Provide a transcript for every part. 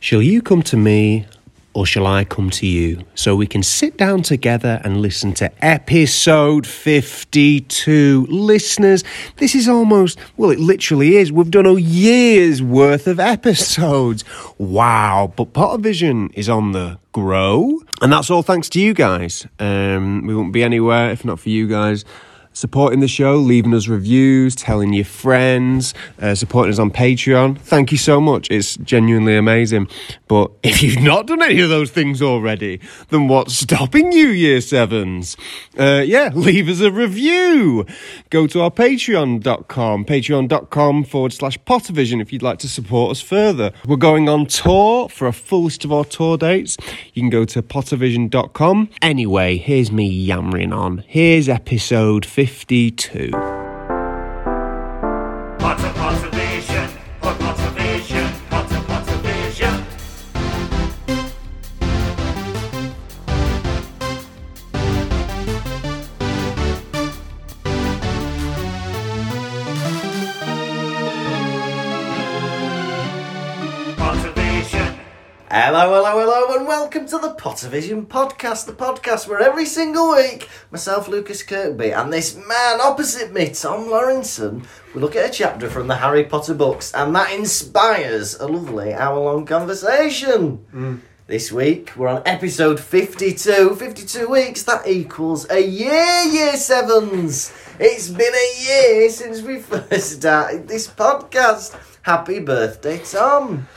Shall you come to me or shall I come to you? So we can sit down together and listen to episode 52. Listeners, this is almost, well, it literally is. We've done a year's worth of episodes. Wow. But Potter Vision is on the grow. And that's all thanks to you guys. Um, we wouldn't be anywhere if not for you guys supporting the show, leaving us reviews, telling your friends, uh, supporting us on Patreon. Thank you so much. It's genuinely amazing. But if you've not done any of those things already, then what's stopping you, Year Sevens? Uh, yeah, leave us a review. Go to our patreon.com, patreon.com forward slash Pottervision if you'd like to support us further. We're going on tour for a full list of our tour dates. You can go to pottervision.com. Anyway, here's me yammering on. Here's episode 52. Potter Potter Vision, Potter Potter Vision, Potter Potter Vision. Potter Vision, Hello, hello, hello, and welcome to the Pottervision podcast, the podcast where every single week, myself, Lucas Kirkby, and this man opposite me, Tom Laurinson, we look at a chapter from the Harry Potter books, and that inspires a lovely hour-long conversation. This week, we're on episode 52. 52 weeks, that equals a year, year sevens. It's been a year since we first started this podcast. Happy birthday, Tom.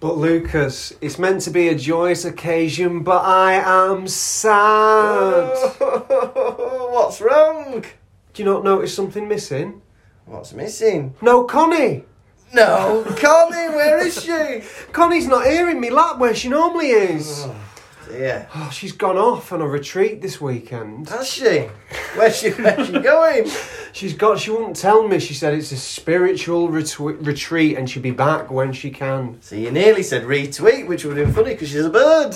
But Lucas, it's meant to be a joyous occasion, but I am sad. What's wrong? Do you not notice something missing? What's missing? No, Connie. No, Connie, where is she? Connie's not here in me lap where she normally is. Yeah, Oh, she's gone off on a retreat this weekend. has she? Where's she? Where's she going? She's got. She wouldn't tell me. She said it's a spiritual retwe- retreat, and she'll be back when she can. So you nearly said retweet, which would have been funny because she's a bird.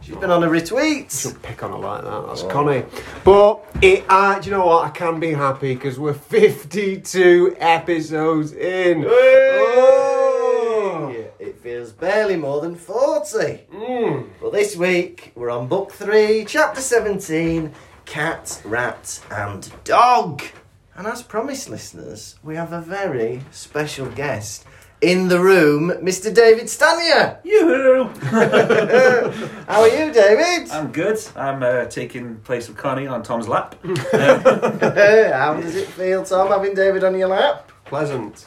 She's been on a retweet. She'll pick on her like that. That's Oh. Connie. But it. Uh, do you know what? I can be happy because we're fifty-two episodes in. Oh. It feels barely more than 40. Hmm, Well, this week we're on book three, chapter 17 Cat, Rat, and Dog. And as promised, listeners, we have a very special guest in the room, Mr. David Stanier. You. How are you, David? I'm good. I'm uh, taking place of Connie on Tom's lap. Uh, How does it feel, Tom, having David on your lap? Pleasant.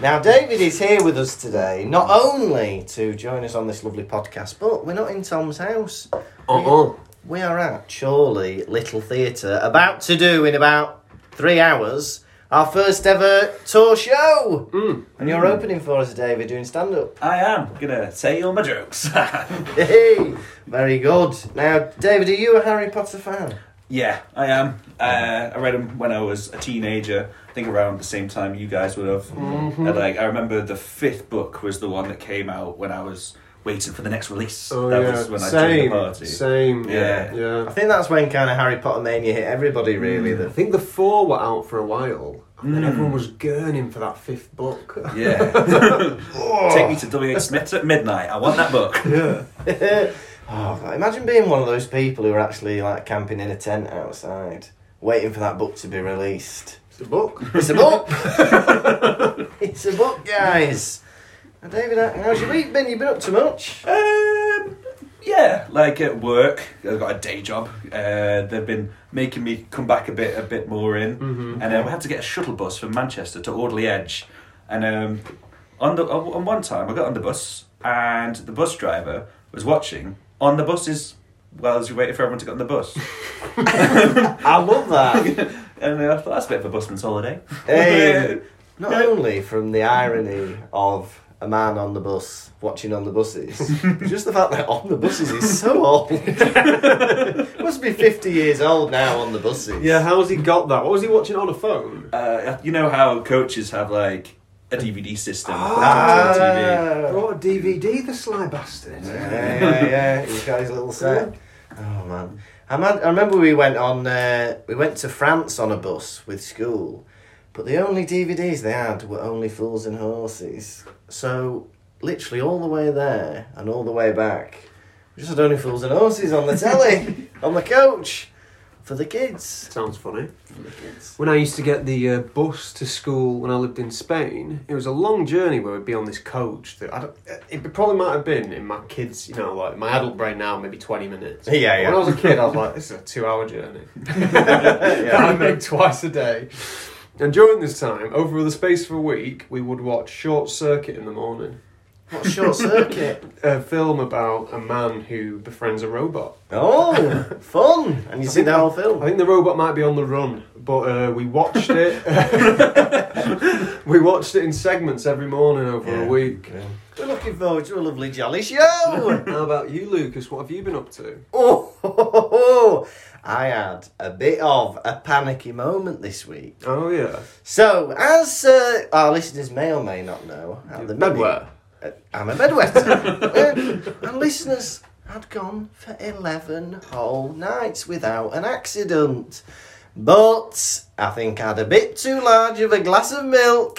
Now, David is here with us today, not only to join us on this lovely podcast, but we're not in Tom's house. Uh-uh. We are at Chorley Little Theatre, about to do in about three hours our first ever tour show. And you're opening for us, David, doing stand up. I am gonna say all my jokes. Hey, very good. Now, David, are you a Harry Potter fan? yeah, I am. Uh, I read them when I was a teenager. I think around the same time you guys would have. Mm-hmm. And, like I remember the fifth book was the one that came out when I was waiting for the next release. Oh that yeah. was when I joined Same. the party. Same. Yeah. I Yeah. think that's when kind of Harry Potter mania hit everybody, really. I think the four were out for a while, and Hmm. then everyone was gurning for that fifth book. Yeah. Take me to W. H. Smith at midnight. I want that book. The... oh, imagine being one of those people who are actually like camping in a tent outside, waiting for that book to be released. It's a book. It's a book. it's a book, guys. Now, David, how's your week been? You been up to much? Um, yeah, like at work, I've got a day job. Uh, they've been making me come back a bit, a bit more in, Mm-hmm, and then we had to get a shuttle bus from Manchester to Audley Edge, and um, on the on on one time I got on the bus and the bus driver was watching on the buses while as we waited for everyone to get on the bus, I love that. and uh, I thought that's a bit of a busman's holiday. Hey. Not only from the irony of a man on the bus watching on the buses, but just the fact that on the buses is so old. Must be 50 years old now on the buses. Yeah. How's he got that? What was he watching on a phone? uh, you know how coaches have like a DVD system. Ah. that's on the TV. Uh, Brought a DVD, the sly bastard. Yeah, yeah, yeah. He's got his little set. Oh man, I, man, I remember we went on. Uh, we went to France on a bus with school, But the only DVDs they had were only Fools and Horses. So literally all the way there and all the way back, we just had only Fools and Horses on the telly, on the coach, for the kids. Sounds funny. For the kids. When I used to get the uh, bus to school when I lived in Spain, it was a long journey where we'd be on this coach. That I don't, uh, it probably might have been in my kids, you know, like my adult brain now, maybe twenty minutes. Yeah, yeah. When I was a kid, I was like, this is a two-hour journey. I make twice a day. And during this time, over the space of a week, we would watch Short Circuit in the morning, What short circuit? a film about a man who befriends a robot. oh, fun! And you see the whole I film. think the robot might be on the run, but uh, we watched it. we watched it in segments every morning over Yeah. a week. We're looking forward to a lovely jolly show. How about you, Lucas? What have you been up to? oh, ho, ho, ho, ho. Oh, I had a bit of a panicky moment this week. Oh yeah, So, as uh, our listeners may or may not know, at the minute- bedwetter. Uh, I'm a bedwetter. uh, and listeners had gone for 11 whole nights without an accident. But I think I had a bit too large of a glass of milk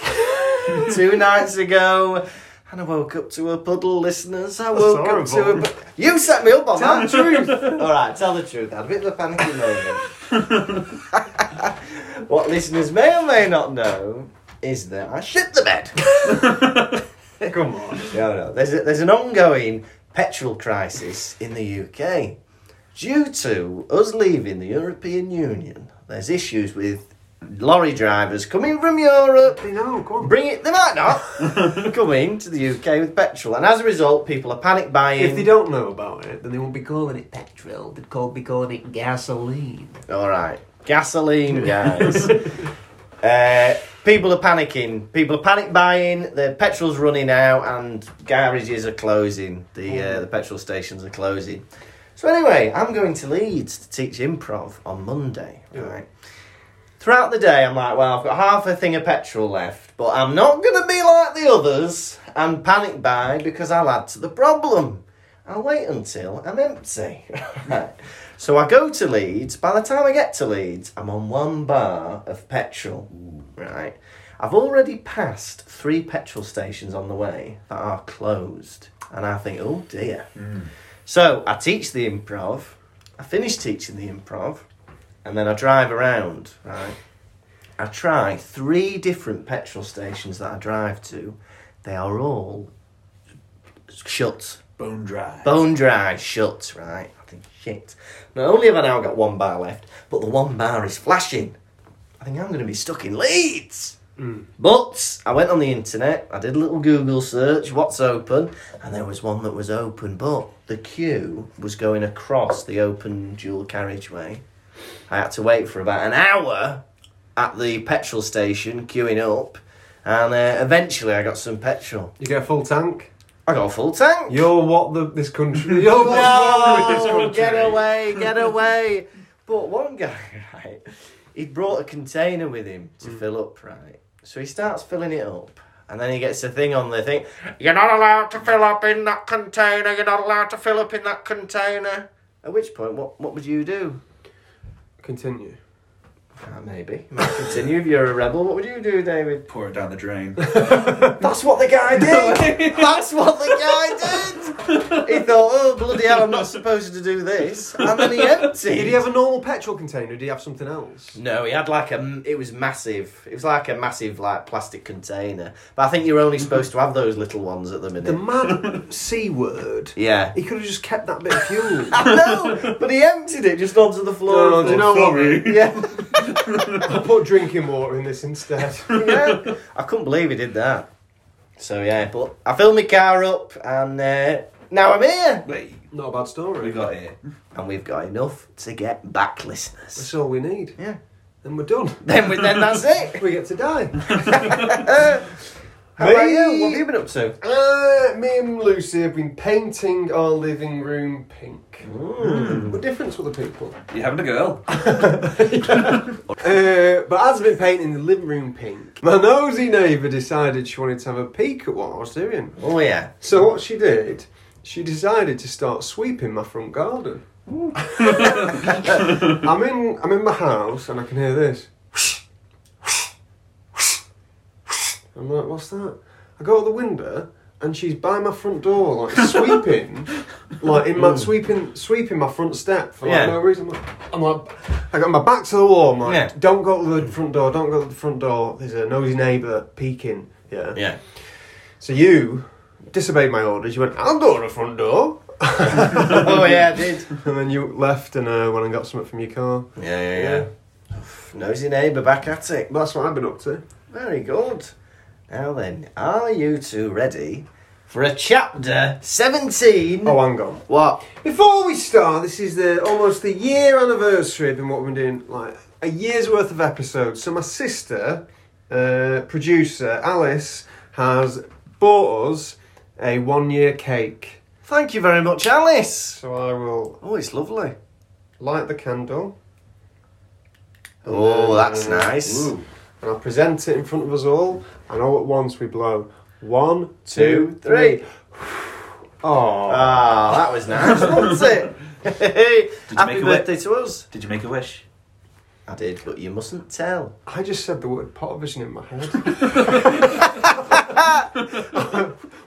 two nights ago. And I woke up to a puddle, listeners. I woke up to a. horrible. pu- You set me up on Tell that. the truth. All right, tell the truth. I had a bit of a panicky moment. what listeners may or may not know is that I shit the bed. Come on. No, no. There's, a, there's an ongoing petrol crisis in the UK. Due to us leaving the European Union, there's issues with lorry drivers coming from Europe. They know. Come on. Bring it, they might not come into the UK with petrol, and as a result, people are panic buying. If they don't know about it, then they won't be calling it petrol. They'd call, be calling it gasoline. All right, gasoline, guys. uh, people are panicking. People are panic buying. The petrol's running out, and garages are closing. The uh, the petrol stations are closing. So anyway, I'm going to Leeds to teach improv on Monday. Right. Throughout the day, I'm like, well, I've got half a thing of petrol left, but I'm not going to be like the others and panic buy because I'll add to the problem. I'll wait until I'm empty. Right. So I go to Leeds. By the time I get to Leeds, I'm on one bar of petrol. Right. I've already passed three petrol stations on the way that are closed. And I think, oh dear. So I teach the improv. I finish teaching the improv. And then I drive around, right? I try three different petrol stations that I drive to. They are all shut. Bone dry. Bone dry shut, right? I think, shit. Not only have I now got one bar left, but the one bar is flashing. I think I'm going to be stuck in Leeds. But I went on the internet, I did a little Google search, what's open, and there was one that was open, but the queue was going across the open dual carriageway. I had to wait for about an hour at the petrol station queuing up, and uh, eventually I got some petrol. You get a full tank. I got a full tank. You're what the this country. You're what's wrong with this No, country. get away, get away. But one guy, right, he brought a container with him to fill up, right? So he starts filling it up. And then he gets a thing on the thing. You're not allowed to fill up in that container. You're not allowed to fill up in that container. At which point, what, what would you do? Continue. Ah, maybe. You might continue if you're a rebel. What would you do, David? Pour it down the drain. That's what the guy did. That's what the guy did. He thought, oh, bloody hell, I'm not supposed to do this. And then he emptied. Did he have a normal petrol container? Did he have something else? No, he had like a. It was massive. It was like a massive like plastic container. But I think you're only supposed to have those little ones at the The minute. mad c word. yeah. He could have just kept that bit of fuel. no, but he emptied it just onto the floor. No, do you know what? Yeah, I put drinking water in this instead. yeah. I couldn't believe he did that. So yeah, but I filled my car up and uh, now I'm here, Wait, Not a bad story. we got it. and we've got enough to get back, listeners. That's all we need. Yeah. And we're done. Then we, then that's it. We get to die. How about you? What have you been up to? Uh, me and Lucy have been painting our living room pink. What difference were the people? You having a girl? Uh, but as I've been painting the living room pink, my nosy neighbour decided she wanted to have a peek at what I was doing. Oh yeah. So what she did, she decided to start sweeping my front garden. I'm in I'm in my house and I can hear this. I'm like, what's that? I go out the window and she's by my front door, like sweeping, like in my sweeping, sweeping my front step for like Yeah. no reason. I'm like, I'm like, I got my back to the wall. I'm like, Yeah. don't go to the front door. Don't go to the front door. There's a nosy neighbour peeking. Yeah. Yeah. So you disobeyed my orders. You went, I'll go to the front door. oh yeah, I did. And then you left and uh, went and got something from your car. Yeah, yeah, yeah. Nosy neighbour back at it. That's what I've been up to. Very good. Now then, are you two ready for a chapter 17? Oh, hang on. What? Before we start, this is the almost the year anniversary of what we've been doing, like a year's worth of episodes. So my sister, uh, producer Alice, has bought us a one-year cake. Thank you very much, Alice. So I will Oh, it's lovely. light the candle. Oh, that's Uh, nice. ooh. And I'll present it in front of us all, and all at once we blow. One, two, three. Oh, Ah, that was nice, wasn't it? Happy make a birthday to us. Did you make a wish? I did, but you mustn't tell. I just said the word pot vision in my head.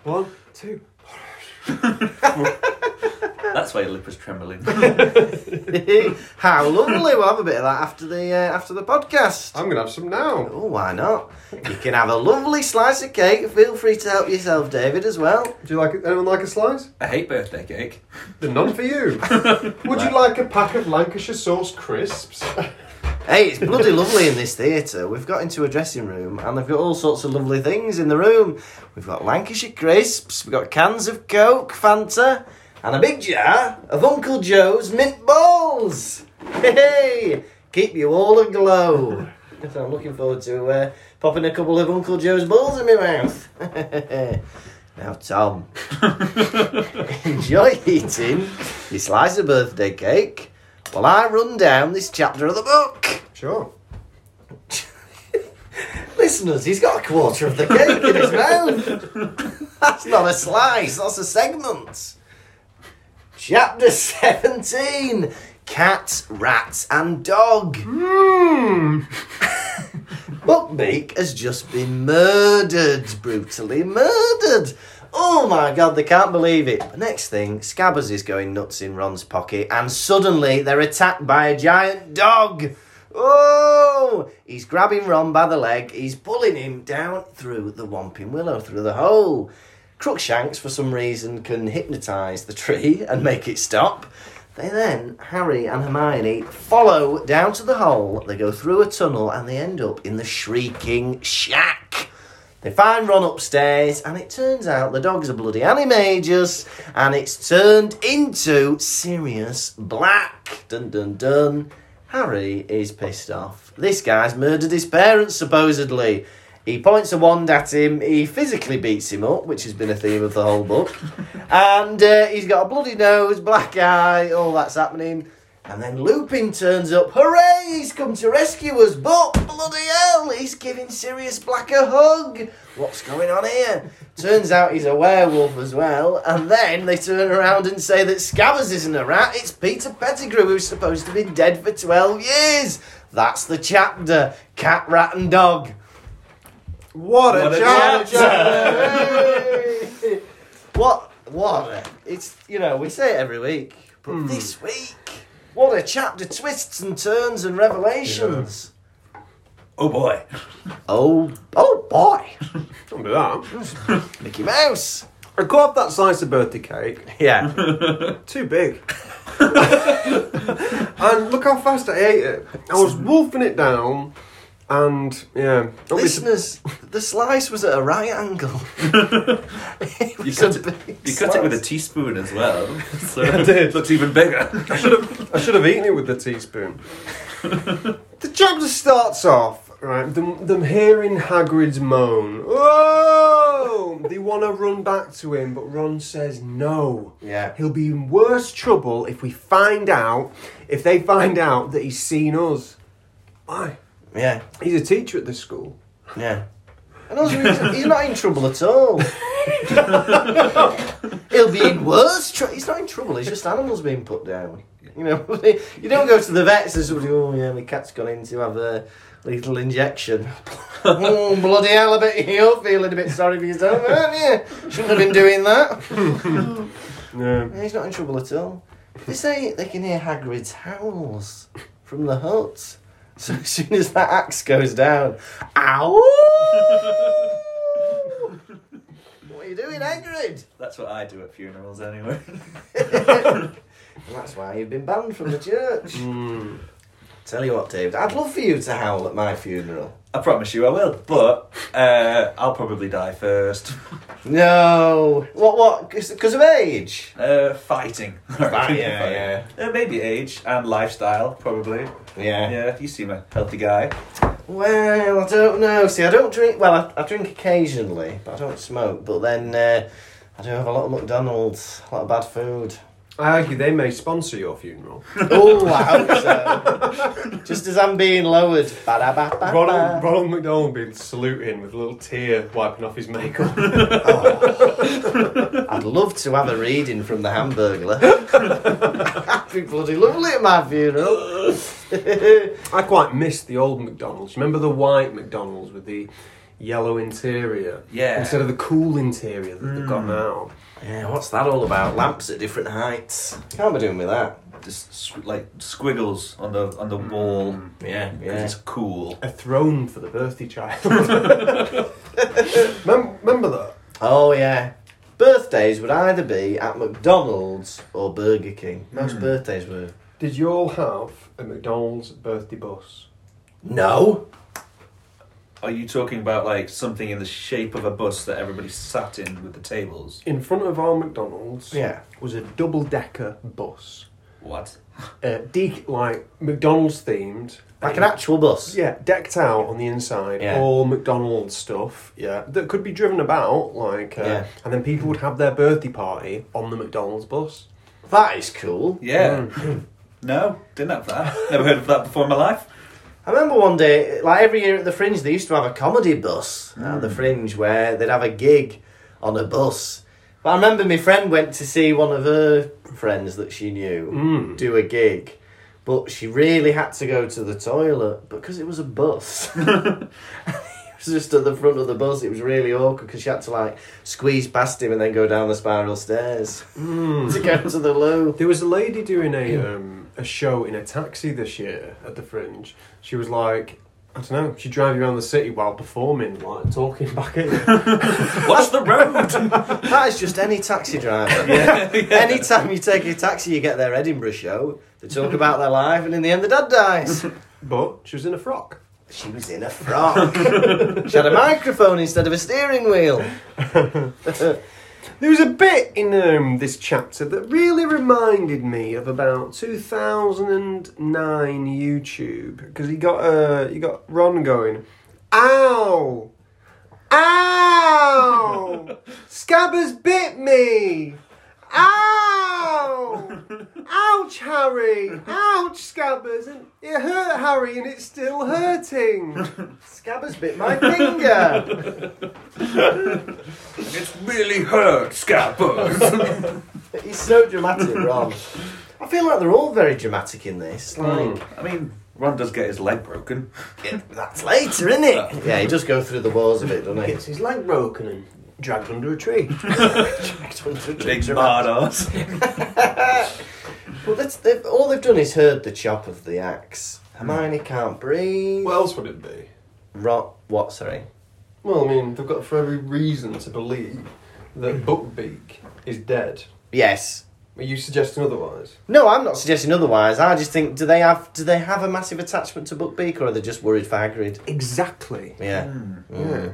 One, two. That's why your lip was trembling. How lovely! We'll have a bit of that after the uh, after the podcast. I'm gonna have some now. Oh, why not? You can have a lovely slice of cake. Feel free to help yourself, David, as well. Do you like anyone like a slice? I hate birthday cake. Then none for you. Would you like a pack of Lancashire sauce crisps? Hey, it's bloody lovely in this theatre. We've got into a dressing room and they've got all sorts of lovely things in the room. We've got Lancashire crisps, we've got cans of Coke, Fanta, and a big jar of Uncle Joe's mint balls. Hey, keep you all aglow. so I'm looking forward to uh, popping a couple of Uncle Joe's balls in my mouth. now, Tom, enjoy eating your slice of birthday cake while I run down this chapter of the book. Sure. Listeners, he's got a quarter of the cake in his mouth. That's not a slice, that's a segment. Chapter 17 Cats, Rats, and Dog. Mmm. Buckbeak has just been murdered, brutally murdered. Oh my god, they can't believe it. The next thing, Scabbers is going nuts in Ron's pocket, and suddenly they're attacked by a giant dog. Oh! He's grabbing Ron by the leg, he's pulling him down through the Whomping Willow, through the hole. Crookshanks, for some reason, can hypnotise the tree and make it stop. They then, Harry and Hermione, follow down to the hole. They go through a tunnel and they end up in the Shrieking Shack. They find Ron upstairs, and it turns out the dog's a bloody animagus, and it's turned into Sirius Black. Dun dun dun. Harry is pissed off. This guy's murdered his parents, supposedly. He points a wand at him, he physically beats him up, which has been a theme of the whole book. and uh, he's got a bloody nose, black eye, all that's happening. And then Lupin turns up. Hooray! He's come to rescue us, but bloody hell, he's giving Sirius Black a hug. What's going on here? Turns out he's a werewolf as well. And then they turn around and say that Scabbers isn't a rat. It's Peter Pettigrew who's supposed to be dead for twelve years. That's the chapter. Cat, rat, and dog. What a, What a chapter! Hey! what? What? a- It's you know we say it every week, but Hmm. this week, what a chapter! Twists and turns and revelations. Oh boy. Oh, oh boy, Don't do that. Mickey Mouse. I got that slice of birthday cake. Yeah, Too big. and look how fast I ate it. I was wolfing it down, and yeah. Don't be sur- listeners, the slice was at a right angle. It You was cut, a it, big you cut it with a slice. teaspoon as well. So I did. Looks even bigger. I should have eaten it with the teaspoon. the chapter starts off, right, them, them hearing Hagrid's moan. Oh! they want to run back to him, but Ron says no. Yeah. He'll be in worse trouble if we find out, if they find out that he's seen us. Why? Yeah, He's a teacher at this school. yeah. And also, he's, he's not in trouble at all. He'll be in worse trouble. He's not in trouble. It's just animals being put down. You know, you don't go to the vets and somebody. Oh yeah, my cat's gone in to have a Lethal injection. oh, bloody hell, I bet you're feeling a bit sorry for yourself, aren't you? Shouldn't have been doing that. No. Yeah, he's not in trouble at all. They say they can hear Hagrid's howls from the hut. So as soon as that axe goes down, ow! what are you doing, Hagrid? That's what I do at funerals anyway. And that's why you've been banned from the church. Tell you what, David, I'd love for you to howl at my funeral. I promise you I will, but uh, I'll probably die first. No, what? What? Because of age? Uh, fighting. Fight, yeah, yeah. Uh, maybe age and lifestyle, probably. Yeah, if you seem a healthy guy. Well, I don't know. See, I don't drink. Well, I, I drink occasionally, but I don't smoke. But then uh, I do have a lot of McDonald's, a lot of bad food. I argue they may sponsor your funeral. oh, I hope so. Just as I'm being lowered. Ba-da-ba-ba-ba. Ronald, Ronald McDonald will be saluting with a little tear wiping off his makeup. I'd love to have a reading from the Hamburglar. That'd be bloody lovely at my funeral. I quite miss the old McDonald's. Remember the white McDonald's with the yellow interior? Yeah. Instead of the cool interior that they've got now. yeah, what's that all about? Lamps at different heights. Can't be doing with that. Just squ- like squiggles on the on the wall. 'cause Yeah, yeah. It's cool. A throne for the birthday child. Mem- remember that? Oh yeah. Birthdays would either be at McDonald's or Burger King. Most birthdays were. Did you all have a McDonald's birthday bus? No. Are you talking about like something in the shape of a bus that everybody sat in with the tables? In front of our McDonald's Yeah. was a double decker bus. What? Uh, de- like McDonald's themed. Like an actual bus. Yeah, decked out on the inside, Yeah. all McDonald's stuff. Yeah, that could be driven about, like, uh, Yeah. and then people would have their birthday party on the McDonald's bus. That is cool. Yeah. no, didn't have that. Never heard of that before in my life. I remember one day, like every year at the Fringe, they used to have a comedy bus at the Fringe where they'd have a gig on a bus. But I remember my friend went to see one of her friends that she knew do a gig, but she really had to go to the toilet because it was a bus. it was just at the front of the bus. It was really awkward because she had to like squeeze past him and then go down the spiral stairs to go to the loo. There was a lady doing a um, a show in a taxi this year at the Fringe. She was like. I don't know. She drive you around the city while performing, like talking back at you. What's the road? That is just any taxi driver. Anytime you take a taxi, you get their Edinburgh show. They talk about their life, and in the end, the dad dies. but she was in a frock. She was in a frock. she had a microphone instead of a steering wheel. There was a bit in um, this chapter that really reminded me of about 2009 YouTube because he got uh, he got Ron going, ow, ow, Scabbers bit me, ow, ouch Harry, ouch Scabbers, and it hurt Harry and it's still hurting. Scabbers bit my finger. it's really hurt, Scabbers. He's so dramatic, Ron. I feel like they're all very dramatic in this. Like, I mean, Ron does get his leg broken. yeah, that's later, isn't it? Yeah, he does go through the walls a bit, doesn't he? his leg broken and dragged under a tree. Big hard ass. Well, that's, they've, all they've done is heard the chop of the axe. Hermione can't breathe. what else would it be? Rot. What? Sorry. Well, I mean, they've got for every reason to believe that Buckbeak is dead. Yes. Are you suggesting otherwise? No, I'm not suggesting otherwise. I just think do they have do they have a massive attachment to Buckbeak, or are they just worried for Hagrid? Exactly. Yeah. Yeah.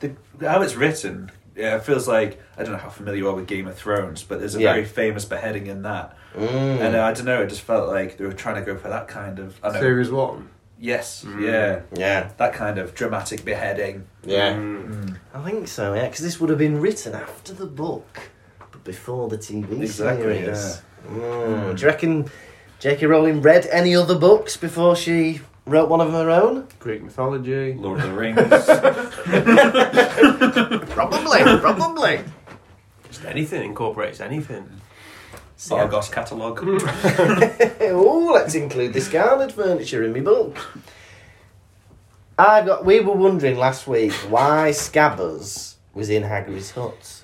The, how it's written, yeah, it feels like I don't know how familiar you are with Game of Thrones, but there's a Yeah. Mm. very famous beheading in that, and uh, I don't know. It just felt like they were trying to go for that kind of. I know, Series one. yes, Mm. yeah, Yeah. that kind of dramatic beheading. Yeah. I think so. Yeah, because this would have been written after the book, but before the TV Exactly, series. Mm. Do you reckon J.K. Rowling read any other books before she wrote one of her own? Greek mythology. Lord of the Rings. Probably. probably. Just anything incorporates anything. Argos catalogue. oh, let's include discarded furniture in my book. I've got. We were wondering last week why Scabbers was in Hagrid's hut.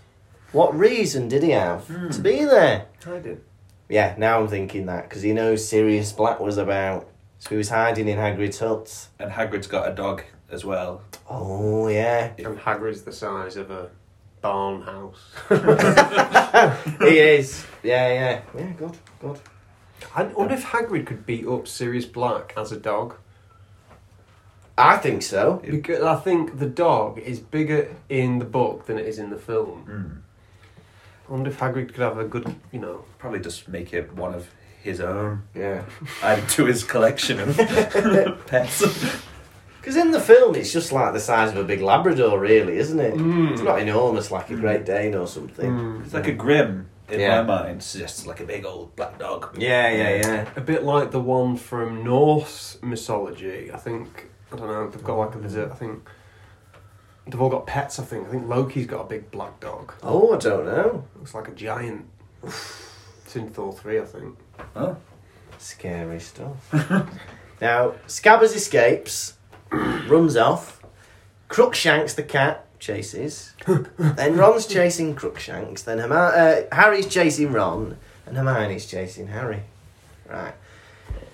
What reason did he have to be there? I did. Yeah, now I'm thinking that because he knows Sirius Black was about, so he was hiding in Hagrid's hut. And Hagrid's got a dog as well. Oh yeah, And Hagrid's the size of a barn house. he is. Yeah, yeah, yeah. Good, good. I wonder if Hagrid could beat up Sirius Black as a dog. I think so. Because I think the dog is bigger in the book than it is in the film. I wonder if Hagrid could have a good, you know. Probably just make it one of his own. Yeah. Add to his collection of pets. Because in the film, it's just like the size of a big Labrador, really, isn't it? It's not enormous like a Great Dane or something. It's like a grim, in Yeah. my mind, suggests like a big old black dog. Yeah, yeah, yeah. A bit like the one from Norse mythology. I think, I don't know, they've got like a, there's a, I think, they've all got pets, I think. I think Loki's got a big black dog. Oh, I don't know. Looks like a giant. It's in Thor 3, I think. Oh. Scary stuff. now, Scabbers escapes, runs off. Crookshanks, the cat, chases. then Ron's chasing Crookshanks. Then Herm- uh, Harry's chasing Ron, and Hermione's chasing Harry. Right.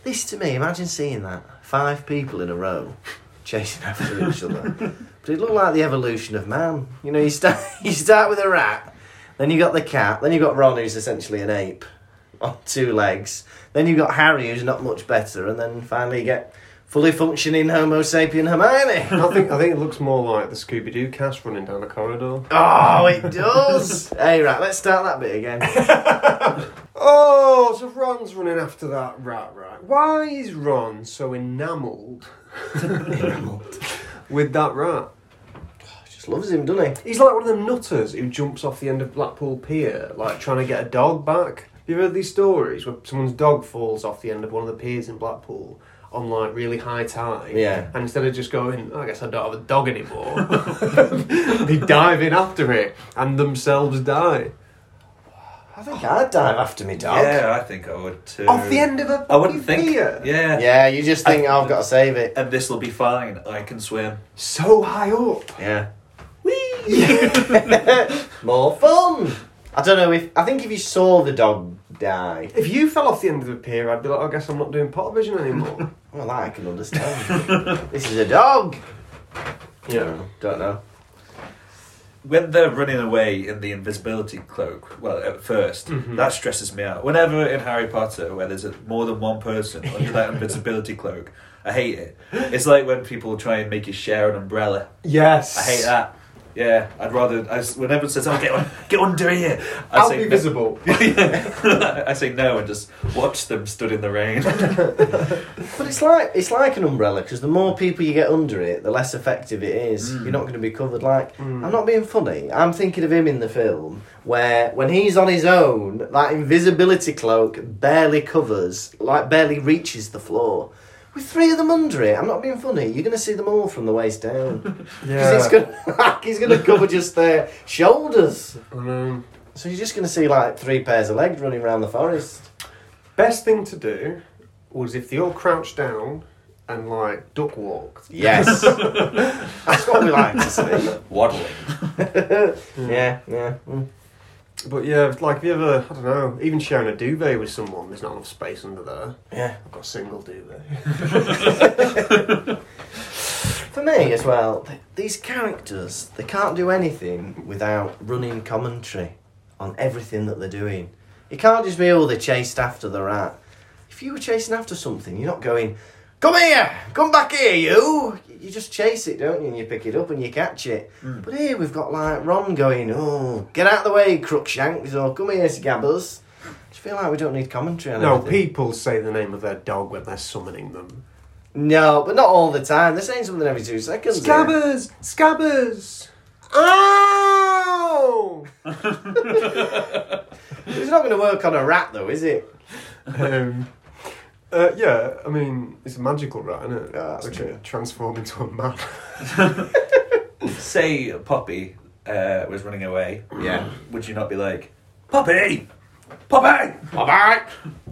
This to me, imagine seeing that. Five people in a row chasing after each other. But it looked like the evolution of man. You know, you start, you start with a rat, then you got the cat, then you got Ron, who's essentially an ape on two legs. Then you've got Harry, who's not much better, and then finally you get fully functioning Homo sapien Hermione. I think I think it looks more like the Scooby Doo cast running down a corridor. oh, it does! hey, right, let's start that bit again. Oh, so Ron's running after that rat, right? Why is Ron so enamelled with that rat? Just loves him, doesn't he? He's like one of them nutters who jumps off the end of Blackpool Pier, like trying to get a dog back. You ever heard these stories where someone's dog falls off the end of one of the piers in Blackpool on like really high tide? Yeah. And instead of just going, "Oh, I guess I don't have a dog anymore, they dive in after it and themselves die. I think I'd dive after me dog. Yeah, Yeah, I think I would too. Off the end of a I wouldn't fucking think. pier. Yeah. you just think, oh, I've got to save it. And this will be fine. I can swim. So high up. Yeah. Whee! More fun! I don't know if. I think if you saw the dog die, If you fell off the end of the pier, I'd be like, "Oh, I guess I'm not doing pot vision anymore. well, that I can understand. this is a dog! yeah. Don't know. When they're running away in the invisibility cloak, well, at 1st Mm-hmm. that stresses me out. Whenever in Harry Potter, where there's a, more than one person under that invisibility cloak, I hate it. It's like when people try and make you share an umbrella. Yes. I hate that. Yeah, I'd rather. I, s- when everyone says, "Oh, get on, get under here," I I'll say be no. visible. I say no and just watch them stood in the rain. But it's like it's like an umbrella because the more people you get under it, the less effective it is. You're not going to be covered. Like I'm not being funny. I'm thinking of him in the film where when he's on his own, that invisibility cloak barely covers, like barely reaches the floor. With three of them under it, I'm not being funny. You're going to see them all from the waist down. 'Cause it's gonna, like, he's going to cover just their shoulders. Um, So you're just going to see like three pairs of legs running around the forest. best thing to do was if they all crouched down and like duck walked. Yes, that's what we like to see. Waddling. Yeah, yeah. mm. But yeah, like if you ever, I don't know, even sharing a duvet with someone, there's not enough space under there. Yeah. I've got a single duvet. For me as well, th- these characters, they can't do anything without running commentary on everything that they're doing. It can't just be, oh, they chased after the rat. If you were chasing after something, you're not going, come here, come back here, you. You just chase it, don't you? And you pick it up and you catch it. Hmm. But here we've got like Ron going, oh, get out of the way, crookshanks, or come here, scabbers. I just feel like we don't need commentary on No, everything. people say the name of their dog when they're summoning them. No, but not all the time. They're saying something every two seconds. here. Scabbers! Scabbers! Ow! It's not going to work on a rat, though, is it? um, uh, yeah, I mean, it's a magical rat, isn't it? Yeah, that's Which true. transformed into a man. Say Poppy uh, was running away. Yeah. Would you not be like, Poppy, Poppy, Bye bye.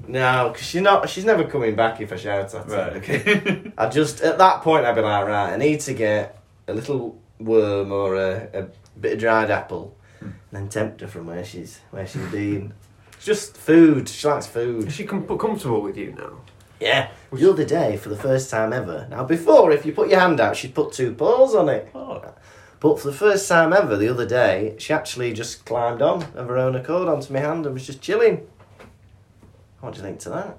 No, because she's not. She's never coming back if I shout at her. Right, okay. I just at that point I'd be like, right, I need to get a little worm or a, a bit of dried apple, Hmm. and then tempt her from where she's where she's been. It's just food. She likes Is food. she com- comfortable with you now? Yeah. The other day, for the first time ever. Now before, if you put your hand out, she'd put two paws on it. Oh. But for the first time ever, the other day, she actually just climbed on of her own accord onto my hand and was just chilling. What do you think to that?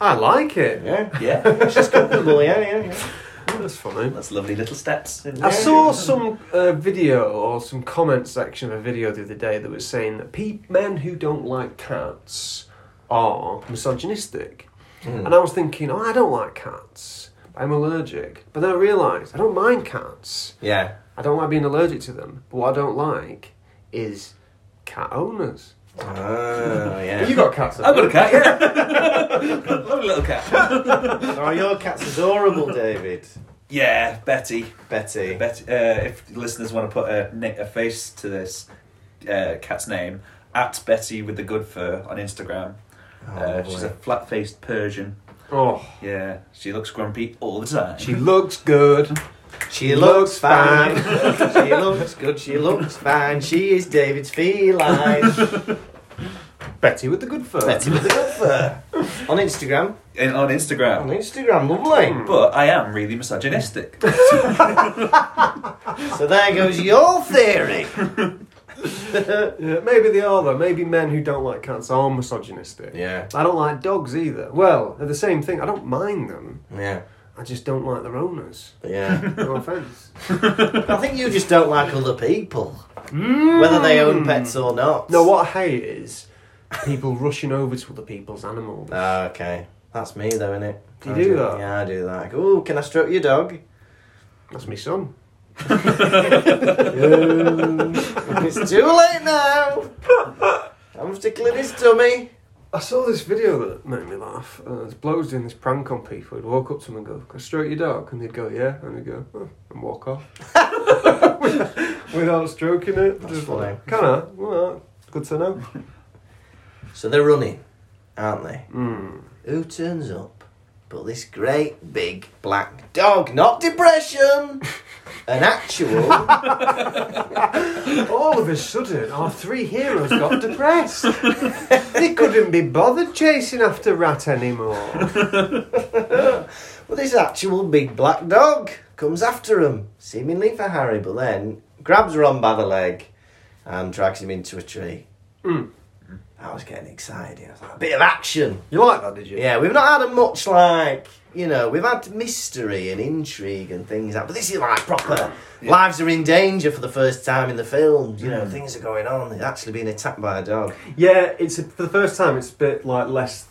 I like it. Yeah. Yeah, She's comfortable, yeah, yeah, yeah. Oh, that's funny. that's lovely little steps. in I there. saw some uh, video or some comment section of a video the other day that was saying that pe- men who don't like cats are misogynistic. And I was thinking, oh, I don't like cats. I'm allergic. But then I realised I don't mind cats. Yeah. I don't like being allergic to them. But what I don't like is cat owners. Oh, yeah. You got cats. I've got a cat, yeah. lovely little cat. Oh, your cat's adorable, David. Yeah, Betty. Betty. Betty. Uh, if listeners want to put a, ni- a face to this uh, cat's name, at Betty with the good fur on Instagram. uh, Oh, she's boy. a flat-faced Persian. Oh, Yeah, she looks grumpy all the time. she looks good. she looks looks fine. she looks good. She looks fine. She is David's feline. Betty with the good fur. Betty with a good fur. On Instagram. In, on Instagram. On Instagram, lovely. But I am really misogynistic. So there goes your theory. Yeah, Uh, maybe they are though. Maybe men who don't like cats are misogynistic. Yeah. I don't like dogs either. Well, they're the same thing. I don't mind them. Yeah. I just don't like their owners. Yeah. No offense. I think you just don't like other people. Whether they own pets or not. No, what I hate is people rushing over to other people's animals. Ah, okay. That's me, though, innit? Do you I do that? Yeah, I do that. I go, Ooh, can I stroke your dog? That's my son. It's too late now. I'm tickling his tummy. I saw this video that made me laugh. Uh, this bloke was doing this prank on people. He'd walk up to them and go, "Can I stroke your dog?" And they'd go, "Yeah," and they'd go, "Oh," and walk off without stroking it. That's Just funny. like, Can I? Well, good to know. So they're running, aren't they? Mm. Who turns up but this great big black dog? Not depression, an actual. All of a sudden, our three heroes got depressed. they couldn't be bothered chasing after Rat anymore. well, this actual big black dog comes after him, seemingly for Harry, but then grabs Ron by the leg and drags him into a tree. Hmm. Mm. I was getting excited. I was like, a bit of action. You like that, did you? Yeah, we've not had a much like you know we've had mystery and intrigue and things like. But this is like proper lives are in danger for the first time in the film. You know things are going on. They're actually being attacked by a dog. Yeah, it's for the first time. It's a bit like less,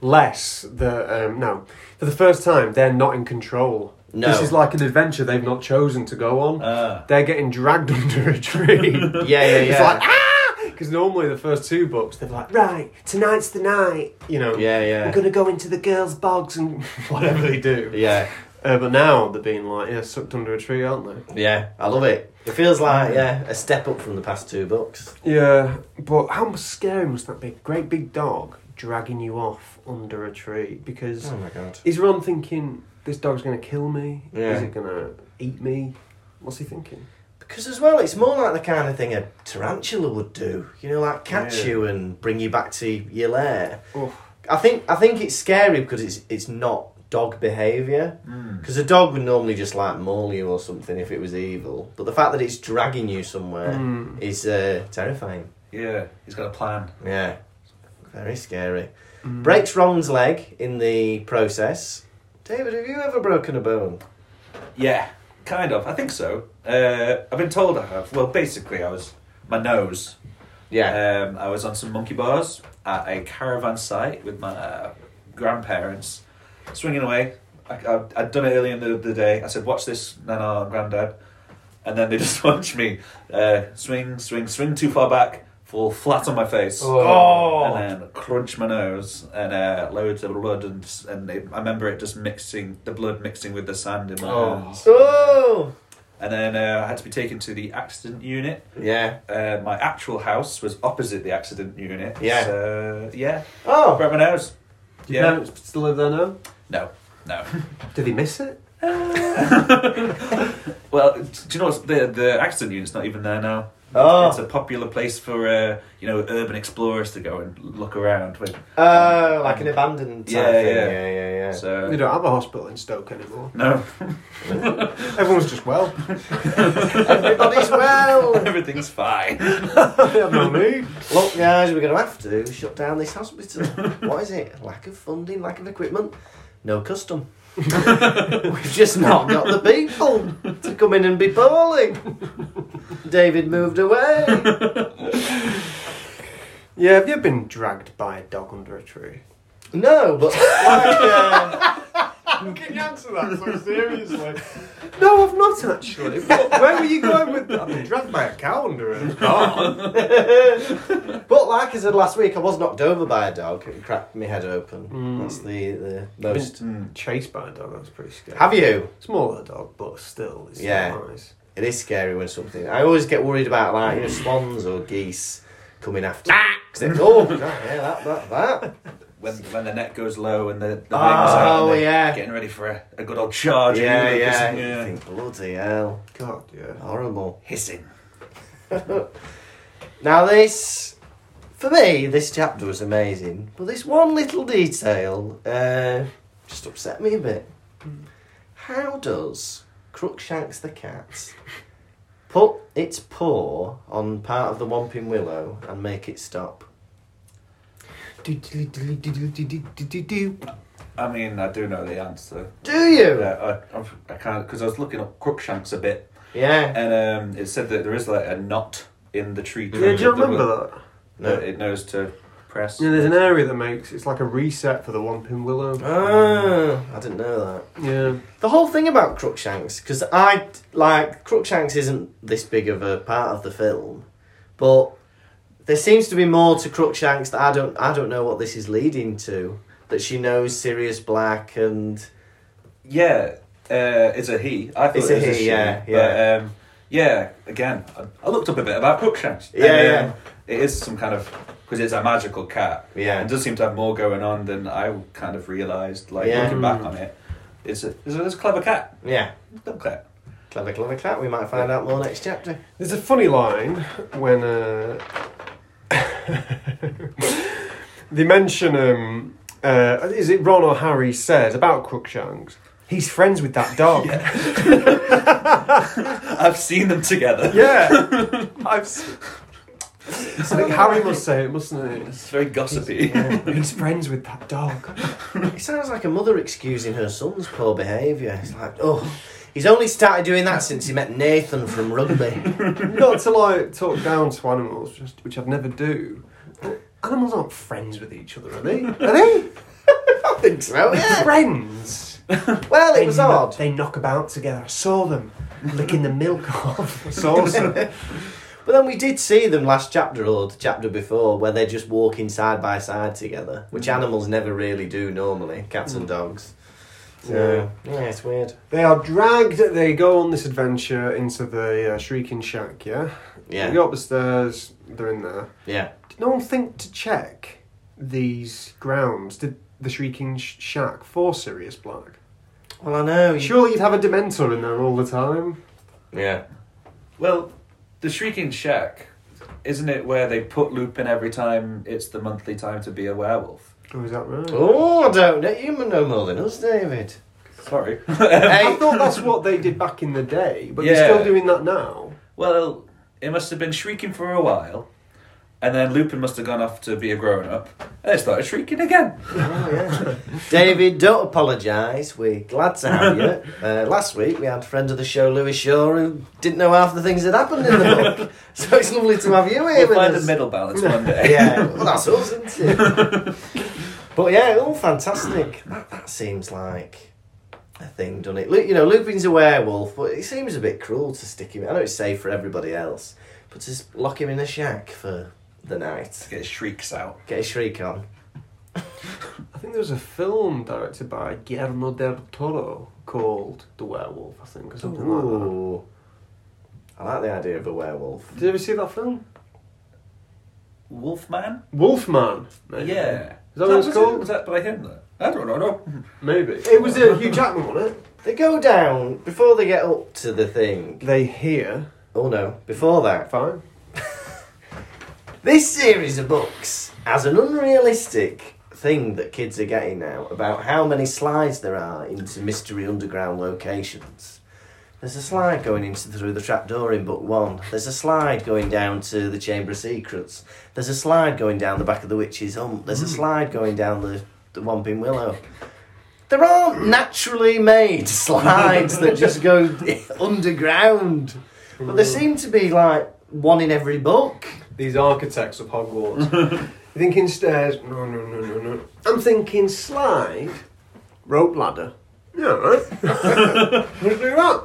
less the um, no. For the first time, they're not in control. No. Uh. This is like an adventure they've not chosen to go on. Ah. they're getting dragged under a tree. Yeah, yeah, It's yeah. like ah, because normally the first two books they're like right tonight's the night. You know. Yeah, yeah. We're gonna go into the girls' bogs and whatever they do. Yeah, Uh, but now they're being like yeah sucked under a tree, aren't yeah. I love it. It feels like yeah a step up from the past two books. they? Yeah. But how scary must that be? Great big dog dragging you off under a tree because. Oh my god. Is Ron thinking this dog's going to kill me? Yeah. Is it going to eat me? What's he thinking? Because as well, it's more like the kind of thing a tarantula would do. You know, like catch Yeah. you and bring you back to your lair. Oh. I think I think it's scary because it's it's not dog behaviour. Because a dog would normally just like maul you or something if it was evil. But the fact that it's dragging you somewhere is uh, terrifying. yeah, he's got a plan. Yeah, very scary. Breaks Ron's leg in the process. David, have you ever broken a bone? Yeah, kind of. I think so. Uh, I've been told I have. Well, basically, I was my nose. Um, I was on some monkey bars at a caravan site with my uh, grandparents, swinging away. I, I, I'd done it early in the, the day. I said, "Watch this, Nana and Granddad," and then they just watched me uh, swing, swing, swing too far back, fall flat on my face, Oh. and then crunch my nose, and uh, loads of blood. And s- and it, I remember it just mixing the blood mixing with the sand in my Oh. hands. Oh, And then uh, I had to be taken to the accident unit. Yeah. Uh, my actual house was opposite the accident unit. Yeah. So, yeah. I Oh, broke my nose. Do your parents still live there now? No. No. Do they miss it? Well, do you know what's the the accident unit's not even there now. Oh. It's a popular place for uh, you know urban explorers to go and look around. With. oh, like an abandoned type Um, Yeah, thing. yeah, yeah. yeah, yeah. They So don't have a hospital in Stoke anymore. no, Everyone's just well. Everybody's well. everything's fine. they have no need. Look, guys, we're going to have to shut down this hospital. what is it? Lack of funding, lack of equipment, no custom. We've just not got the people to come in and be polling. David moved away. Yeah, have you been dragged by a dog under a tree? No, but like, uh, Can you answer that so seriously? No, I've not actually. What- Where were you going with that? I've been dragged by a cow under a car. but like I said last week, I was knocked over by a dog. It cracked my head open. Hmm. That's the the most. Mm, Been chased by a dog, that's pretty scary. Have you? Smaller dog, but still, it's Yeah. yeah. nice. It is scary when something. I always get worried about like you know swans or geese coming after. me. 'Cause they- oh, God, yeah, that that that. When when the net goes low and the, the wings Oh, out and they're yeah. getting ready for a, a good old charge. and Yeah, you're yeah. hissing, You think, bloody hell, God, yeah. horrible. hissing. Now this, for me, this chapter was amazing, but this one little detail uh, just upset me a bit. How does Crookshanks the cat put its paw on part of the Wamping Willow and make it stop? I mean, I do know the answer. Do you? Yeah, I, I've, I can't because I was looking up Crookshanks a bit, Yeah. and um, it said that there is like a knot in the tree. Yeah, do you remember that? No, it knows to press. Yeah, there's an area that makes it's like a reset for the Wampin Willow. Ah, I didn't know that. Yeah. The whole thing about Crookshanks, because I like Crookshanks isn't this big of a part of the film, but there seems to be more to Crookshanks that I don't I don't know what this is leading to. That she knows Sirius Black and Yeah, uh, it's a he. I thought It's it a was he, she, yeah, but, yeah. um, yeah. Again, I, I looked up a bit about Crookshanks. um, Yeah, yeah. It is some kind of because it's a magical cat. Yeah. it does seem to have more going on than I kind of realised. Like Yeah. looking back on it, it's a it's a, it's a clever cat. yeah, Dumb cat. clever clever cat. We might find out more next chapter. There's a funny line when uh, they mention um, uh, is it Ron or Harry says about Crookshanks? He's friends with that dog. yeah. I've seen them together. I've. s- I think Harry must say it, mustn't It's very gossipy. he? He's friends with that dog. It sounds like a mother excusing her son's poor behaviour. It's like oh, he's only started doing that since he met Nathan from rugby. Not to like talk down to animals, just, which I'd never do. But animals aren't friends with each other, are they? Are they? I think so. Yeah. friends. Well, They it was kno- odd. They knock about together. I saw them licking the milk off. saw them. But then we did see them last chapter or the chapter before where they're just walking side by side together, which animals never really do normally, cats and dogs. So, Mm. yeah, it's weird. They are dragged. They go on this adventure into the uh, shrieking shack. Yeah. Yeah. They go up the stairs. They're in there. Yeah. Did no one think to check these grounds? Did the shrieking sh- shack for Sirius Black? Well, I know. Surely you'd have a Dementor in there all the time. Yeah. Well, the Shrieking Shack, isn't it where they put Lupin every time it's the monthly time to be a werewolf? Oh, is that right? Oh, I don't know. You know more than us, David. Sorry. I hey. thought that's what they did back in the day, but they're Yeah. still doing that now. well, it must have been shrieking for a while, and then Lupin must have gone off to be a grown up, and it started shrieking again. Oh, yeah. David, don't apologise. We're glad to have you. Uh, last week we had friend of the show, Louis Shaw, who didn't know half the things that happened in the book. so it's lovely to have you here We'll with find a us. middle balance one day. yeah, well, that's us, isn't it? but yeah, all fantastic. That, that seems like a thing, doesn't it? Lu- You know, Lupin's a werewolf, but it seems a bit cruel to stick him. I know it's safe for everybody else, but to s- lock him in a shack for the night, Get shrieks out. get a shriek on. I think there was a film directed by Guillermo del Toro called The Werewolf, I think, or something like that. Ooh. I like the idea of a werewolf. Did you ever see that film? Wolfman? Wolfman. Maybe. Yeah. Is that what it's was called? Was that by him though? I don't know. No. Maybe. It was a Hugh Jackman, wasn't it? They go down before they get up to the thing. They hear. Oh no, before that. Fine. This series of books has an unrealistic thing that kids are getting now about how many slides there are into mystery underground locations. There's a slide going into through the trapdoor in book one. There's a slide going down to the Chamber of Secrets. There's a slide going down the back of the witch's hump. There's a slide going down the, the Wamping Willow. There aren't naturally made slides that just go underground. But there seem to be like one in every book. These architects of Hogwarts. You're thinking stairs. No, no, no, no, no. I'm thinking slide. Rope ladder. Yeah, all right. Let's do that.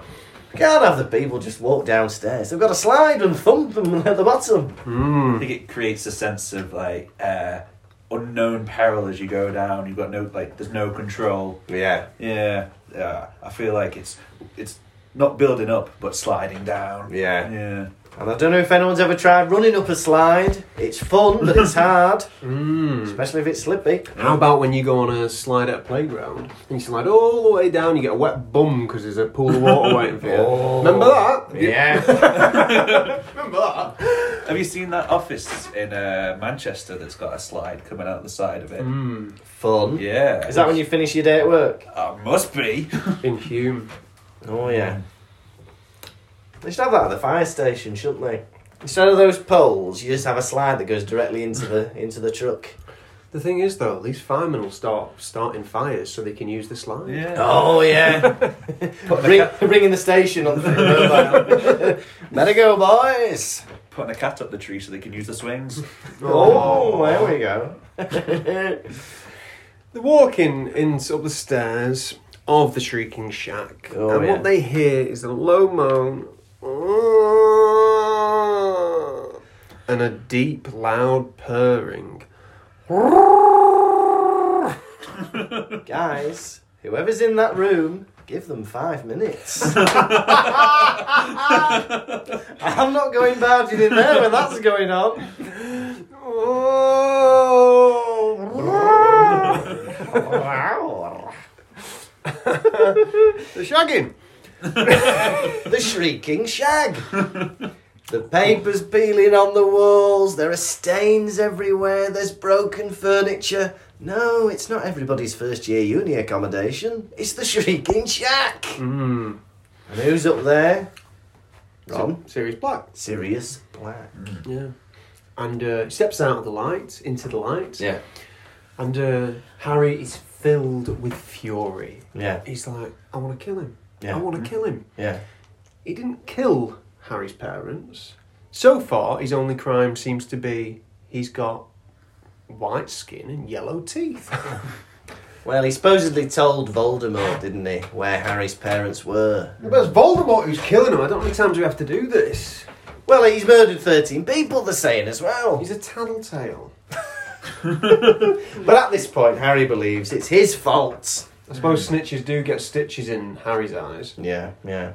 Can't have the people just walk downstairs. They've got to slide and thump them at the bottom. I think it creates a sense of like uh, unknown peril as you go down. You've got no like. There's no control. Yeah. Yeah. Yeah. I feel like it's it's not building up but sliding down. Yeah. Yeah. And I don't know if anyone's ever tried running up a slide. It's fun, but it's hard. Hmm. Especially if it's slippy. How about when you go on a slide at a playground and you slide all the way down, you get a wet bum because there's a pool of water waiting for you. Remember that? Oh. Yeah. Have you seen that office in uh, Manchester that's got a slide coming out the side of it? Hmm. fun. Yeah. Mm. Is that when you finish your day at work? Uh, must be. In Hume. Oh, yeah. They should have that at the fire station, shouldn't they? Instead of those poles, you just have a slide that goes directly into the into the truck. The thing is, though, these firemen will start starting fires so they can use the slide. Yeah. Oh yeah, Ring, ringing the station on the mobile. Better go, boys. Putting a cat up the tree so they can use the swings. Oh, there we go. They're walking in up the stairs of the Shrieking Shack, Oh, and yeah. what they hear is a low moan and a deep, loud purring. Guys, whoever's in that room, give them five minutes. I'm not going barging in there when that's going on. Oh, They're shagging. The shrieking shag. The paper's peeling on the walls, there are stains everywhere, there's broken furniture. No, it's not everybody's first year uni accommodation, it's the shrieking shack. Mm-hmm. And who's up there? Ron. Sirius Black. Sirius Black. Yeah. And uh, he steps out of the light, into the light. Yeah. And uh, Harry is filled with fury. Yeah. He's like, I want to kill him. Yeah. I want to kill him. Yeah. He didn't kill Harry's parents. So far, his only crime seems to be he's got white skin and yellow teeth. Well, he supposedly told Voldemort, didn't he, where Harry's parents were. but it's Voldemort who's killing him. I don't know how many times we have to do this. Well, he's murdered 13 people, they're saying as well. He's a tattletale. But at this point, Harry believes it's his fault. I suppose snitches do get stitches in Harry's eyes. Yeah, yeah.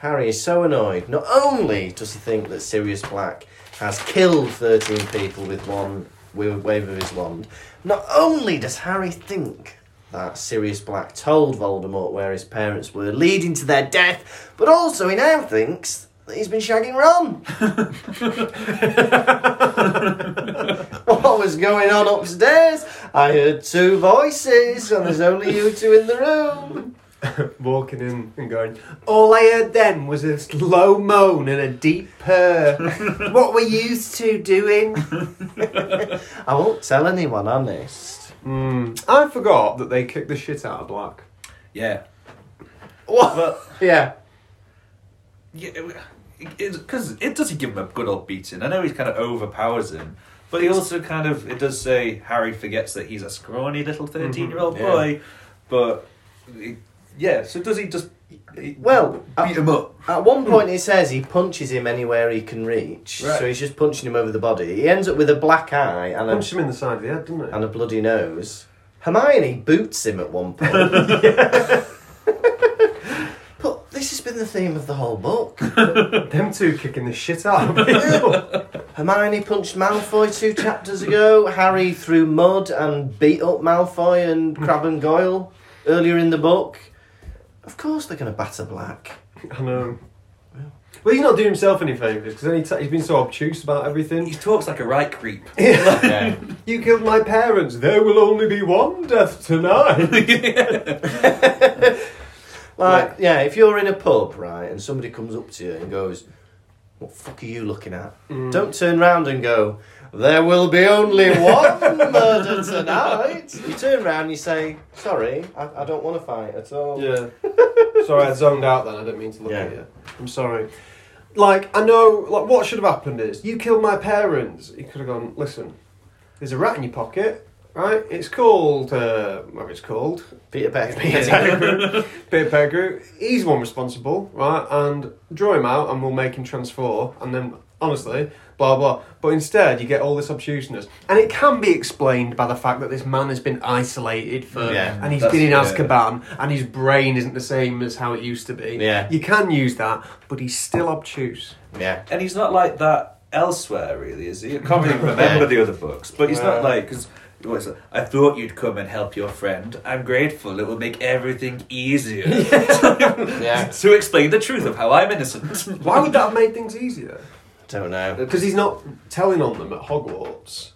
Harry is so annoyed. Not only does he think that Sirius Black has killed 13 people with one with a wave of his wand, not only does Harry think that Sirius Black told Voldemort where his parents were, leading to their death, but also he now thinks that he's been shagging Ron. what was going on upstairs? I heard two voices, and there's only you two in the room. Walking in and going, All I heard then was a low moan and a deep purr. what we're used to doing. I won't tell anyone, honest. Mm, I forgot that they kicked the shit out of Black. Yeah. What? But yeah. Yeah, because it, doesn't give him a good old beating. I know he kind of overpowers him, but he also kind of it does say Harry forgets that he's a scrawny little thirteen-year-old yeah. boy, but it- yeah. So does he just he- Well, beat at, him up? at one point he says he punches him anywhere he can reach, Right. so he's just punching him over the body. He ends up with a black eye and a, Punched him in the side of the head, didn't they? and a bloody nose. Hermione boots him at one point. but this has been been the theme of the whole book. Them two kicking the shit out of people. Hermione punched Malfoy two chapters ago. Harry threw mud and beat up Malfoy and Crab and Goyle earlier in the book. Of course, they're going to batter Black. I know. Well, he's not doing himself any favours because then he ta he's been so obtuse about everything. He talks like a right creep. Yeah. you killed my parents. There will only be one death tonight. Like, yeah, if you're in a pub, right, and somebody comes up to you and goes, "What the fuck are you looking at?" Don't turn round and go, "There will be only one murder tonight." You turn round, and you say, "Sorry, I, I don't want to fight at all." yeah. Sorry, I zoned out then. I didn't mean to look Yeah. at you. I'm sorry. Like, I know, like, what should have happened is, you killed my parents. He could have gone, listen, there's a rat in your pocket, right? It's called, uh, whatever it's called, Peter Beck. Peter Pettigrew. Peter Pettigrew. He's the one responsible, right? And draw him out, and we'll make him transfer. And then, honestly, blah blah. But instead, you get all this obtuseness, and it can be explained by the fact that this man has been isolated for, Yeah, and he's that's- been in yeah. Azkaban, and his brain isn't the same as how it used to be. Yeah. you can use that, but he's still obtuse. yeah. and he's not like that elsewhere, really, is he? I can't really remember the other books, but he's not Yeah. like because. I thought you'd come and help your friend. I'm grateful. It will make everything easier Yeah. to explain the truth of how I'm innocent. Why would that have made things easier? Don't know. Because he's not telling on them at Hogwarts.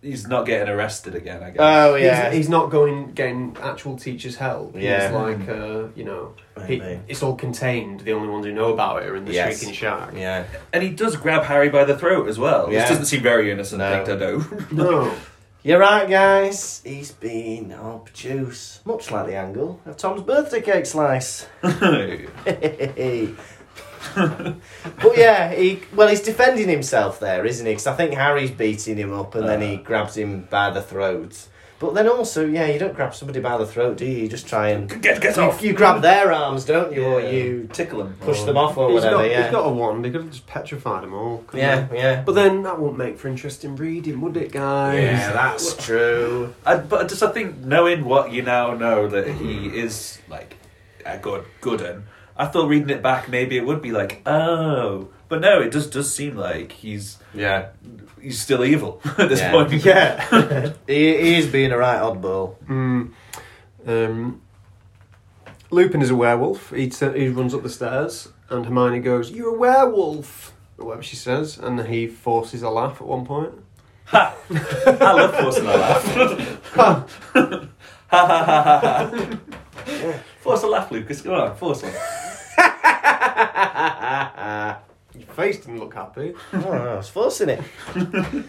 He's not getting arrested again, I guess. Oh He's- yeah. he's, not going getting actual teachers' help. Yeah. he's like uh, you know, he, Maybe. it's all contained. The only ones who know about it are in the Yes. shrieking shack. yeah. and he does grab Harry by the throat as well, Yeah. which doesn't seem very innocent No. thing to do. No, You're right, guys. He's been obtuse, much like the angle of Tom's birthday cake slice. but yeah, he well, he's defending himself there, isn't he? Because I think Harry's beating him up, and then Uh. he grabs him by the throat. But then also, yeah, you don't grab somebody by the throat, do you? You just try and get get you, off. you grab their arms, don't you, or Yeah. you tickle him. push them off or he's whatever. got, yeah, he's got a wand. He could have just petrified them all. couldn't yeah, he? yeah. But then that wouldn't make for interesting reading, would it, guys? Yeah, that's true. I, but I just I think knowing what you now know that Mm-hmm. he is like a good good un, I thought reading it back maybe it would be like oh, but no, it just does seem like he's Yeah, he's still evil at this Yeah. point. yeah. he, he is being a right oddball. Hmm. Um, Lupin is a werewolf. He, t- he runs up the stairs, and Hermione goes, "You're a werewolf." Or whatever she says, and he forces a laugh at one point. Ha! I love forcing a laugh. ha ha ha ha ha. Force a laugh, Lucas. Come on, force one. Your face didn't look happy. Oh, I was forcing it.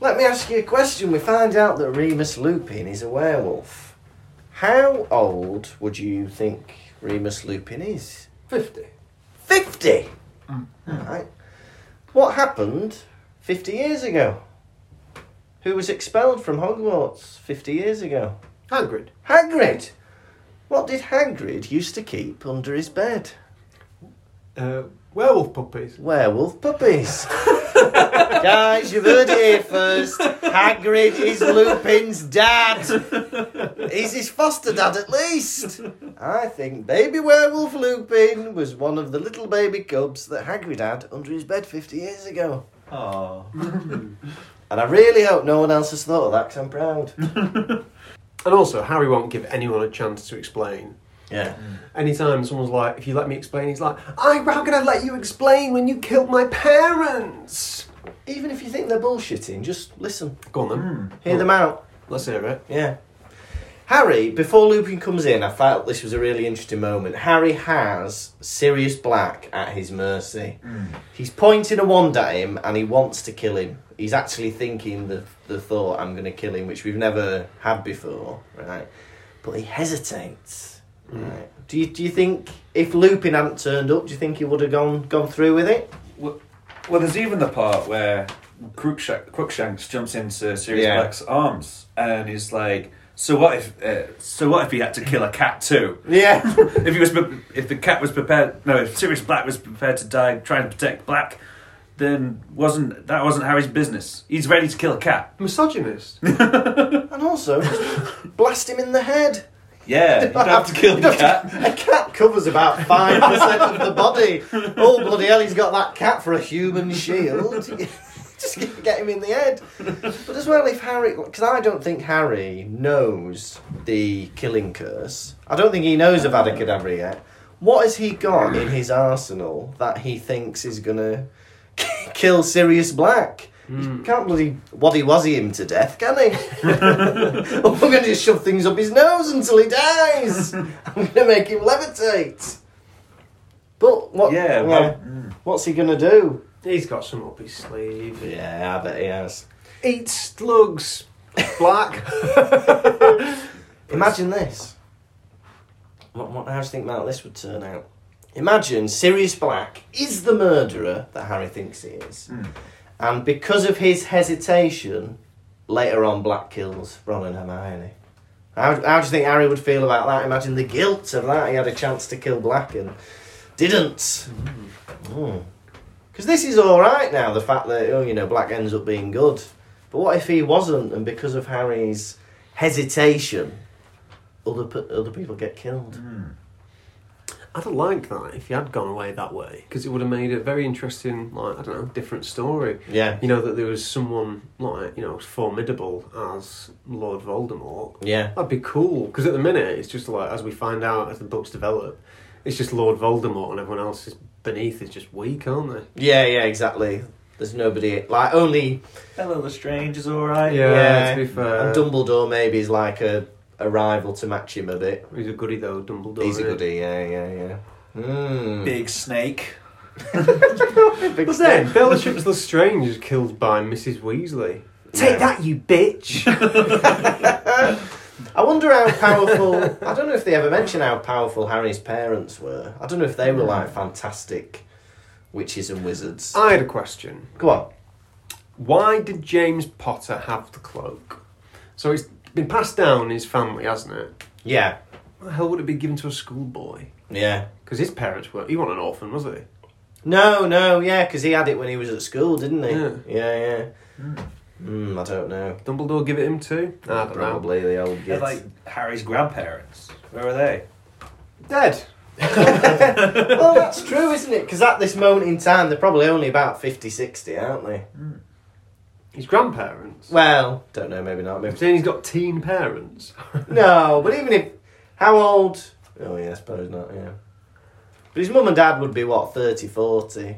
Let me ask you a question. We find out that Remus Lupin is a werewolf. How old would you think Remus Lupin is? 50. 50! Right. What happened 50 years ago? Who was expelled from Hogwarts 50 years ago? Hagrid. Hagrid! What did Hagrid used to keep under his bed? Uh, werewolf puppies. Werewolf puppies. Guys, you've heard it here first. Hagrid is Lupin's dad. He's his foster dad, at least. I think baby werewolf Lupin was one of the little baby cubs that Hagrid had under his bed 50 years ago. Oh. And I really hope no one else has thought of that because I'm proud. And also, Harry won't give anyone a chance to explain. Yeah. Anytime someone's like, if you let me explain, he's like, I, how can I let you explain when you killed my parents? Even if you think they're bullshitting, just listen. Go on then. Hear them out. Let's hear it. Yeah. Harry, before Lupin comes in, I felt this was a really interesting moment. Harry has Sirius Black at his mercy. He's pointing a wand at him and he wants to kill him. He's actually thinking the, the thought, I'm going to kill him, which we've never had before, right? But he hesitates. Right. Do, you, do you think if Lupin hadn't turned up, do you think he would have gone gone through with it? Well, well, there's even the part where Crookshank, Crookshanks jumps into Sirius Yeah. Black's arms and he's like, "So what if? Uh, so what if he had to kill a cat too? Yeah. if he was, pre- if the cat was prepared, no, if Sirius Black was prepared to die trying to protect Black, then wasn't that wasn't Harry's business? He's ready to kill a cat. Misogynist. and also, just blast him in the head. Yeah, you don't have to kill You the don't have cat. to- A cat covers about 5% of the body. Oh, bloody hell, he's got that cat for a human shield. Just get- get him in the head. But as well, if Harry. Because I don't think Harry knows the killing curse. I don't think he knows of Adakadabra yet. What has he got in his arsenal that he thinks is going to kill Sirius Black? You can't bloody waddy wazzy him to death, can he? I'm going to just shove things up his nose until he dies. I'm going to make him levitate. But what? Yeah, well, mm. what's he going to do? He's got some up his sleeve. Yeah, I bet he has. Eat slugs. Black. Imagine this. What, what, how do you think about this would turn out? Imagine Sirius Black is the murderer that Harry thinks he is. And because of his hesitation, later on Black kills Ron and Hermione. How, how do you think Harry would feel about that? Imagine the guilt of that. He had a chance to kill Black and didn't. Because this is alright now, the fact that, oh, you know, Black ends up being good. But what if he wasn't, and because of Harry's hesitation, other pe- other people get killed. Mm. I'd have liked that if you had gone away that way because it would have made a very interesting, like I don't know, different story. Yeah. You know that there was someone like you know as formidable as Lord Voldemort. Yeah. That'd be cool because at the minute it's just like as we find out as the books develop, it's just Lord Voldemort and everyone else is beneath is just weak, aren't they? Yeah, yeah, exactly. There's nobody like only Hello, Lestrange is alright. Yeah. yeah. to be fair. And Dumbledore maybe is like a, a rival to match him a bit. He's a goody though, Dumbledore. He's a isn't he? goodie. Yeah, yeah, yeah. Mm. Big snake. But then Bellatrix Lestrange is killed by Mrs. Weasley. Yeah. Take that, you bitch! I wonder how powerful. I don't know if they ever mention how powerful Harry's parents were. I don't know if they were like fantastic witches and wizards. I had a question. Uh, Go on. Why did James Potter have the cloak? So it's been passed down in his family, hasn't it? Yeah, Why the hell would it be given to a schoolboy? yeah. Because his parents were. He wasn't an orphan, was he? No, no, yeah, because he had it when he was at school, didn't he? Yeah. yeah. yeah. Mm, I don't know. Dumbledore give it him too? I don't know. Probably the old They're git. like Harry's grandparents. Where are they? Dead. well, that's true, isn't it? Because at this moment in time, they're probably only about 50, 60, aren't they? His grandparents. Well, Well, don't know, maybe not. Maybe saying he's got teen parents. No, but even if how old? Oh yeah, I suppose not. Yeah, but his mum and dad would be what 30, 40?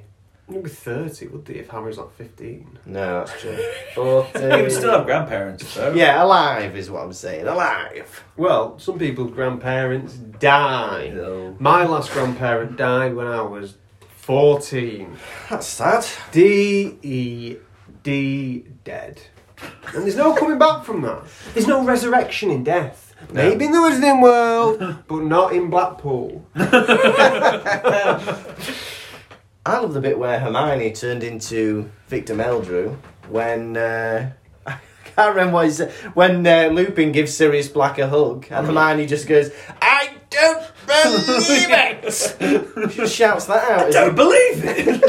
He'd be 30, would he, if Harry's like 15? No, that's true. They would Forty. still have grandparents, though. yeah, alive is what I'm saying. Alive. Well, some people's grandparents die. No. My last grandparent died when I was 14. That's sad. D E D dead. And there's no coming back from that. There's no resurrection in death. Maybe in the Wizarding World, but not in Blackpool. I love the bit where Hermione turned into Victor Meldrew when. Uh, I can't remember what he said. When uh, Lupin gives Sirius Black a hug, Mm. and Hermione just goes, "I don't believe it!" she just shouts that out. It's- Don't believe it!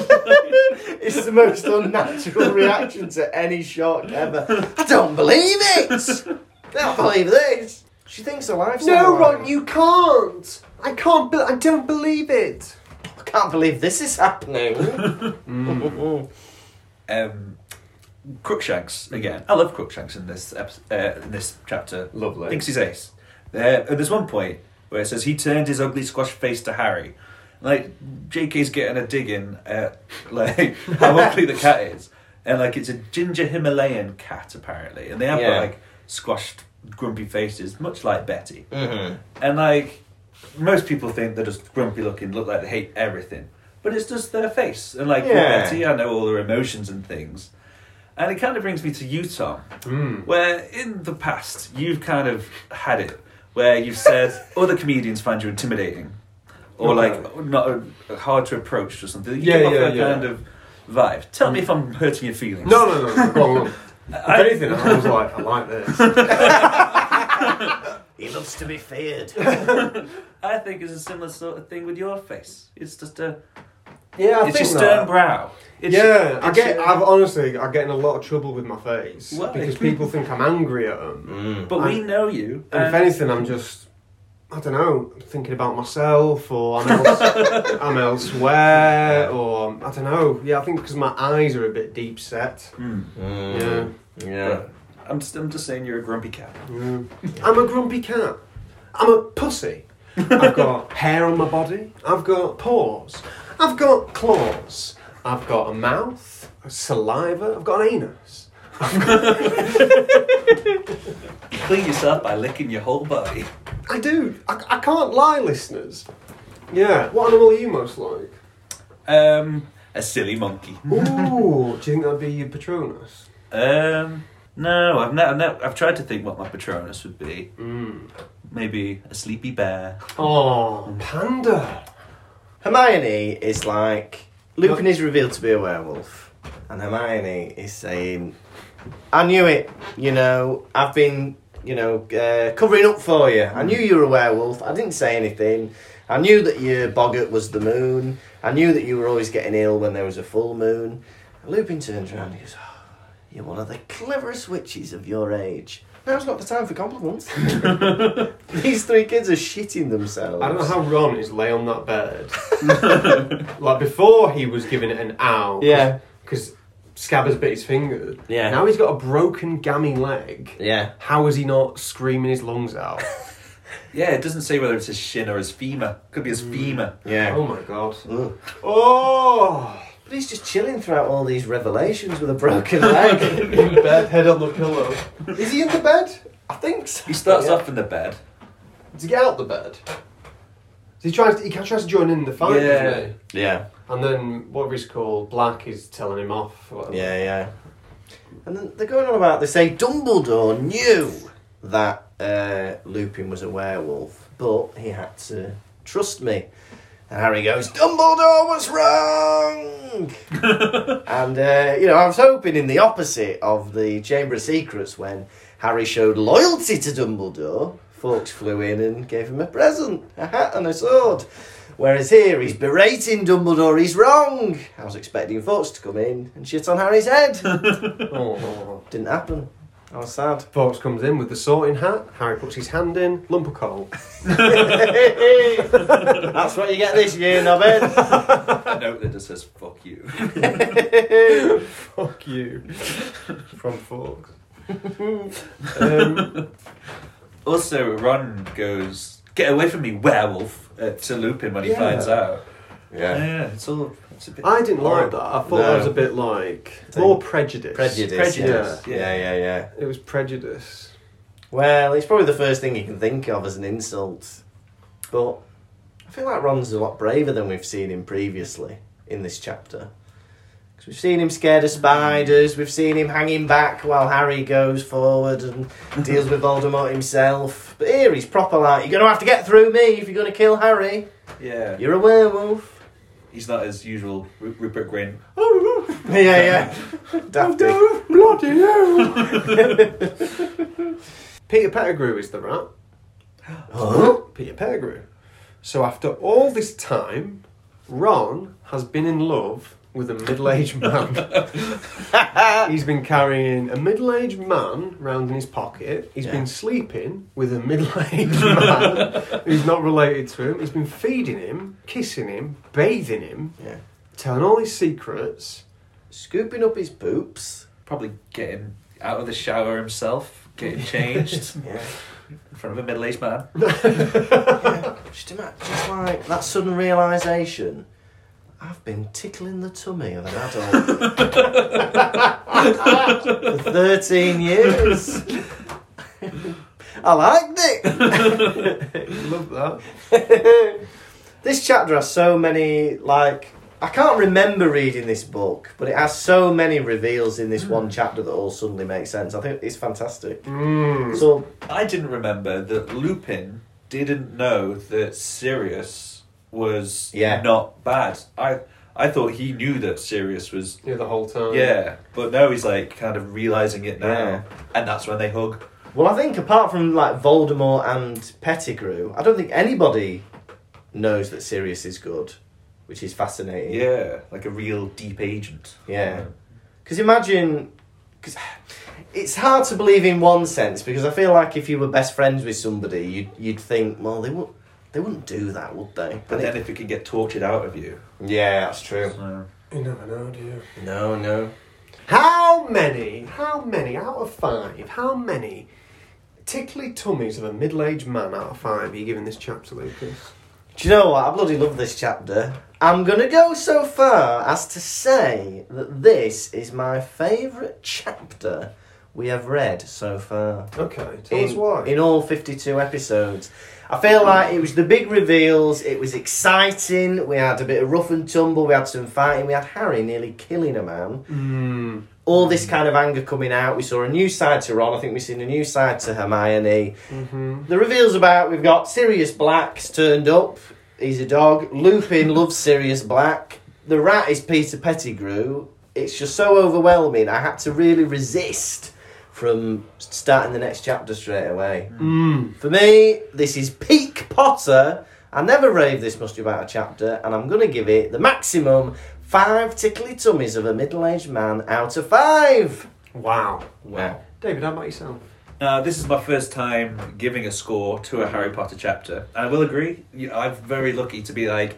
It's the most unnatural reaction to any shock ever. I don't believe it! I don't believe this! She thinks her life's No, all right. Ron, you can't. I can't. Be- I don't believe it. I can't believe this is happening. Mm. um, Crookshanks again. I love Crookshanks in this epi- uh, in this chapter. Lovely. Thinks he's ace. Uh, and there's one point where it says he turned his ugly squash face to Harry. Like JK's getting a dig in at like how ugly the cat is, and like it's a ginger Himalayan cat apparently, and they have Yeah. like squashed grumpy faces, much like Betty. Mhm. And like most people think they're just grumpy looking, look like they hate everything. But it's just their face. And like with Yeah. Betty, I know all their emotions and things. And it kind of brings me to you, Tom, Hmm. where in the past you've kind of had it where you've said other comedians find you intimidating or like not hard to approach or something. You Yeah, give off yeah, that yeah. Hmm. kind of vibe. Tell me if I'm hurting your feelings. No, no, no. no go on, go on. If anything, I was like, I like this. he loves to be feared. I think it's a similar sort of thing with your face. It's just a Yeah, I it's your think stern that. brow. It's Yeah, I it's get. your- I've honestly, I get in a lot of trouble with my face Why? because people think I'm angry at them. But we know you. And if and- anything, I'm just I don't know, I'm thinking about myself, or I'm, else, I'm elsewhere, or I don't know. Yeah, I think because my eyes are a bit deep set. Yeah. yeah. I'm just, I'm just saying you're a grumpy cat. I'm a grumpy cat. I'm a pussy. I've got hair on my body. I've got paws. I've got claws. I've got a mouth, a saliva. I've got an anus. Clean yourself by licking your whole body. I do. I, I can't lie, listeners. Yeah. What animal are you most like? Um, a silly monkey. Ooh, do you think that'd be your Patronus? Um, no, I've never, I've, never, I've tried to think what my Patronus would be. Maybe a sleepy bear. Oh, panda. Hermione is like Lupin is revealed to be a werewolf, and Hermione is saying, "I knew it. You know, I've been, you know, uh, covering up for you. I knew you were a werewolf. I didn't say anything. I knew that your boggart was the moon. I knew that you were always getting ill when there was a full moon." And Lupin turns around and goes, oh, "You're one of the cleverest witches of your age." Now's not the time for compliments. These three kids are shitting themselves. I don't know how Ron is lay on that bed. like before, he was giving it an ow. Yeah. Because Scabbers bit his finger. Yeah. Now he's got a broken gammy leg. Yeah. How is he not screaming his lungs out? Yeah, it doesn't say whether it's his shin or his femur. Could be his femur. Yeah. oh my god. Oh. But he's just chilling throughout all these revelations with a broken leg. In bed, head on the pillow. Is he in the bed? I think so. He starts Yeah. off in the bed. Does he get out the bed? He tries. To, he tries to join in the fight. doesn't Yeah. he? Yeah, And then whatever he's called, Black is telling him off. or whatever. yeah, yeah. And then they're going on about they say Dumbledore knew that uh, Lupin was a werewolf, but he had to trust me. And Harry goes, Dumbledore was wrong! and, uh, you know, I was hoping in the opposite of the Chamber of Secrets when Harry showed loyalty to Dumbledore, Fawkes flew in and gave him a present, a hat and a sword. Whereas here, he's berating Dumbledore, he's wrong! I was expecting Fawkes to come in and shit on Harry's head. Oh. Didn't happen. I was sad. Fox comes in with the sorting hat. Harry puts his hand in. Lump of coal. That's what you get this year, Nobbin. A note that just says "fuck you." Fuck you. From Fox. um, also, Ron goes, "Get away from me, werewolf!" Uh, to Lupin when he Yeah. finds out. Yeah. Yeah, it's all. It's a bit. I didn't like that. I thought No. that was a bit Oh, like more prejudice. Prejudice. Prejudice, Yeah. yeah, yeah. yeah, yeah. It was prejudice. Well, it's probably the first thing you can think of as an insult. But I feel like Ron's a lot braver than we've seen him previously in this chapter. Because we've seen him scared of spiders, we've seen him hanging back while Harry goes forward and deals with Voldemort himself. But here he's proper like, you're going to have to get through me if you're going to kill Harry. yeah, You're a werewolf. he's not his usual Ru- Rupert Grint. yeah, yeah. Dafty. Bloody hell! Peter Pettigrew is the rat. Huh? Peter Pettigrew. So after all this time, Ron has been in love with a middle-aged man. He's been carrying a middle-aged man round in his pocket. He's Yeah. been sleeping with a middle-aged man who's not related to him. He's been feeding him, kissing him, bathing him, Yeah. telling all his secrets. Scooping up his poops. Probably getting out of the shower himself, getting changed Yeah. in front of a middle-aged man. Just imagine, just like that sudden realization. I've been tickling the tummy of an adult for 13 years. I liked it. Love that. This chapter has so many, like, I can't remember reading this book, but it has so many reveals in this one chapter that all suddenly make sense. I think it's fantastic. Mm. So, I didn't remember that Lupin didn't know that Sirius was Yeah. not bad. I I thought he knew that Sirius was Yeah, the whole time. yeah, but now he's like kind of realizing it now, Yeah. and that's when they hug. Well, I think apart from like Voldemort and Pettigrew, I don't think anybody knows that Sirius is good, which is fascinating. Yeah, like a real deep agent. Yeah. Because imagine, because it's hard to believe in one sense because I feel like if you were best friends with somebody, you'd you'd think, well, they would they wouldn't do that, would they? But And then it- if it can get tortured out of you, yeah, that's true. so- You never know, do you? No, no. How many, how many out of five, how many tickly tummies of a middle aged man out of five are you giving this chap to Lucas? Do you know what? I bloody love this chapter. I'm gonna go so far as to say that this is my favourite chapter we have read so far. Okay, tell us in, why. in all 52 episodes. I feel like it was the big reveals, it was exciting, we had a bit of rough and tumble, we had some fighting, we had Harry nearly killing a man. Mm, All this kind of anger coming out, we saw a new side to Ron, I think we've seen a new side to Hermione. mhm. The reveals about we've got Sirius Black's turned up, he's a dog, Lupin loves Sirius Black, the rat is Peter Pettigrew. It's just so overwhelming, I had to really resist from starting the next chapter straight away. Mm. For me, this is peak Potter. I never raved this much about a chapter, and I'm going to give it the maximum five tickly tummies of a middle aged man out of five. Wow. Wow. David, how about yourself? Now, Uh, this is my first time giving a score to a Harry Potter chapter. And I will agree, you- I'm very lucky to be like,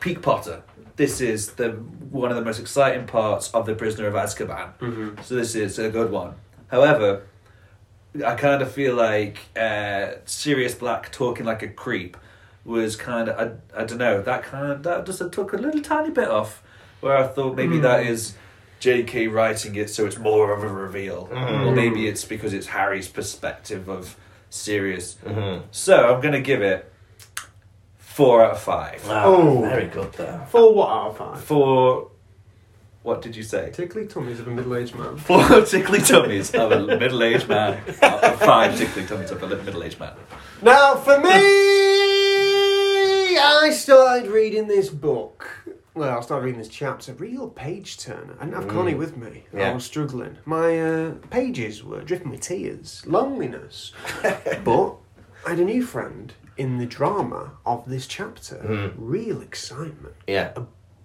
peak Potter. This is the one of the most exciting parts of The Prisoner of Azkaban. Mhm. So this is a good one. However, I kind of feel like uh, Sirius Black talking like a creep was kind of I, I don't know that kind of, that just took a little tiny bit off where I thought maybe that is J.K. writing it so it's more of a reveal or maybe it's because it's Harry's perspective of Sirius. So I'm gonna give it four out of five. Oh. Ah, very good there. For what out of five? For what did you say? Tickly tummies of a middle aged man. Four tickly tummies of a middle-aged man. Uh, Five tickly tummies of a middle-aged man. Now, for me, I started reading this book. Well, I started reading this chapter, real page turner. I didn't have Connie with me. I Yeah. was struggling. My uh, pages were dripping with tears, loneliness. but I had a new friend in the drama of this chapter. Real excitement. Yeah.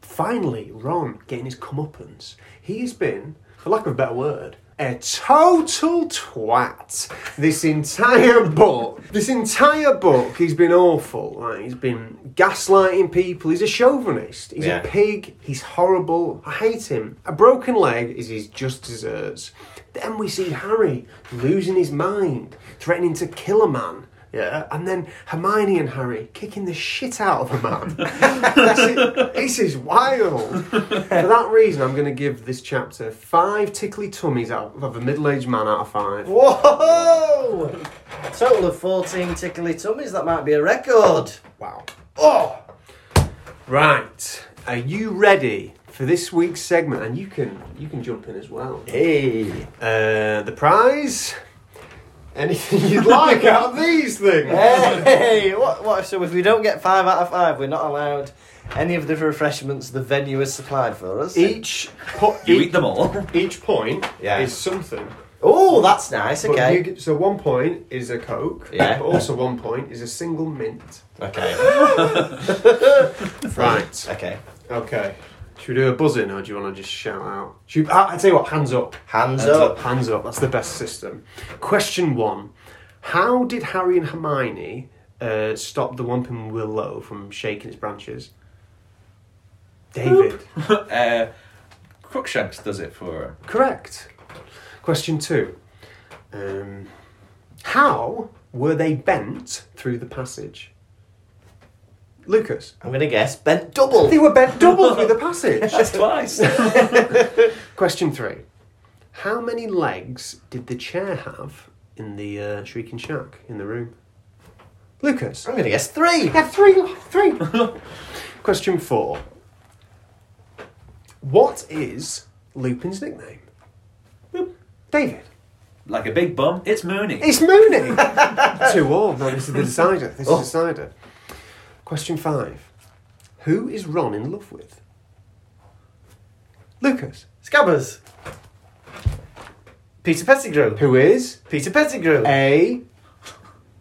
Finally, Ron getting his comeuppance. He's been, for lack of a better word, a total twat. This entire book, this entire book, he's been awful. Like, he's been gaslighting people. He's a chauvinist. He's Yeah. a pig. He's horrible. I hate him. A broken leg is his just desserts. Then we see Harry losing his mind, threatening to kill a man. Yeah, and then Hermione and Harry kicking the shit out of a man. this, is, this is wild. For that reason, I'm going to give this chapter five tickly tummies out of a middle-aged man out of five. Whoa! Total of 14 tickly tummies, that might be a record. Wow. Oh! Right, are you ready for this week's segment? And you can you can jump in as well. Hey! Uh, the prize? Anything you'd like out of these things? Hey! What, what, so if we don't get five out of five, we're not allowed any of the refreshments the venue has supplied for us. Each po- You each, eat them all. each point Yeah. is something. Oh, that's nice, But okay. you get- so one point is a Coke, Yeah. but also one point is a single mint. Okay. Right. okay. Okay. Should we do a buzzing or do you want to just shout out? Should, ah, I tell you what, hands up. Hands, Hands up. Hands up, that's the best system. Question one How did Harry and Hermione uh, stop the Wumping Willow from shaking its branches? David. Uh, Crookshanks does it for him. Correct. Question two um, How were they bent through the passage? Lucas. I'm gonna guess bent double. They were bent double through the passage. That's twice. Question three. How many legs did the chair have in the uh, Shrieking Shack in the room? Lucas. I'm gonna guess three. Yeah, three, three. Question four. What is Lupin's nickname? David. like a big bum, it's Mooney. It's Mooney. Two all. No, this is the decider. This is the decider. Question five. Who is Ron in love with? Lucas. Scabbers. Peter Pettigrew. Who is Peter Pettigrew. a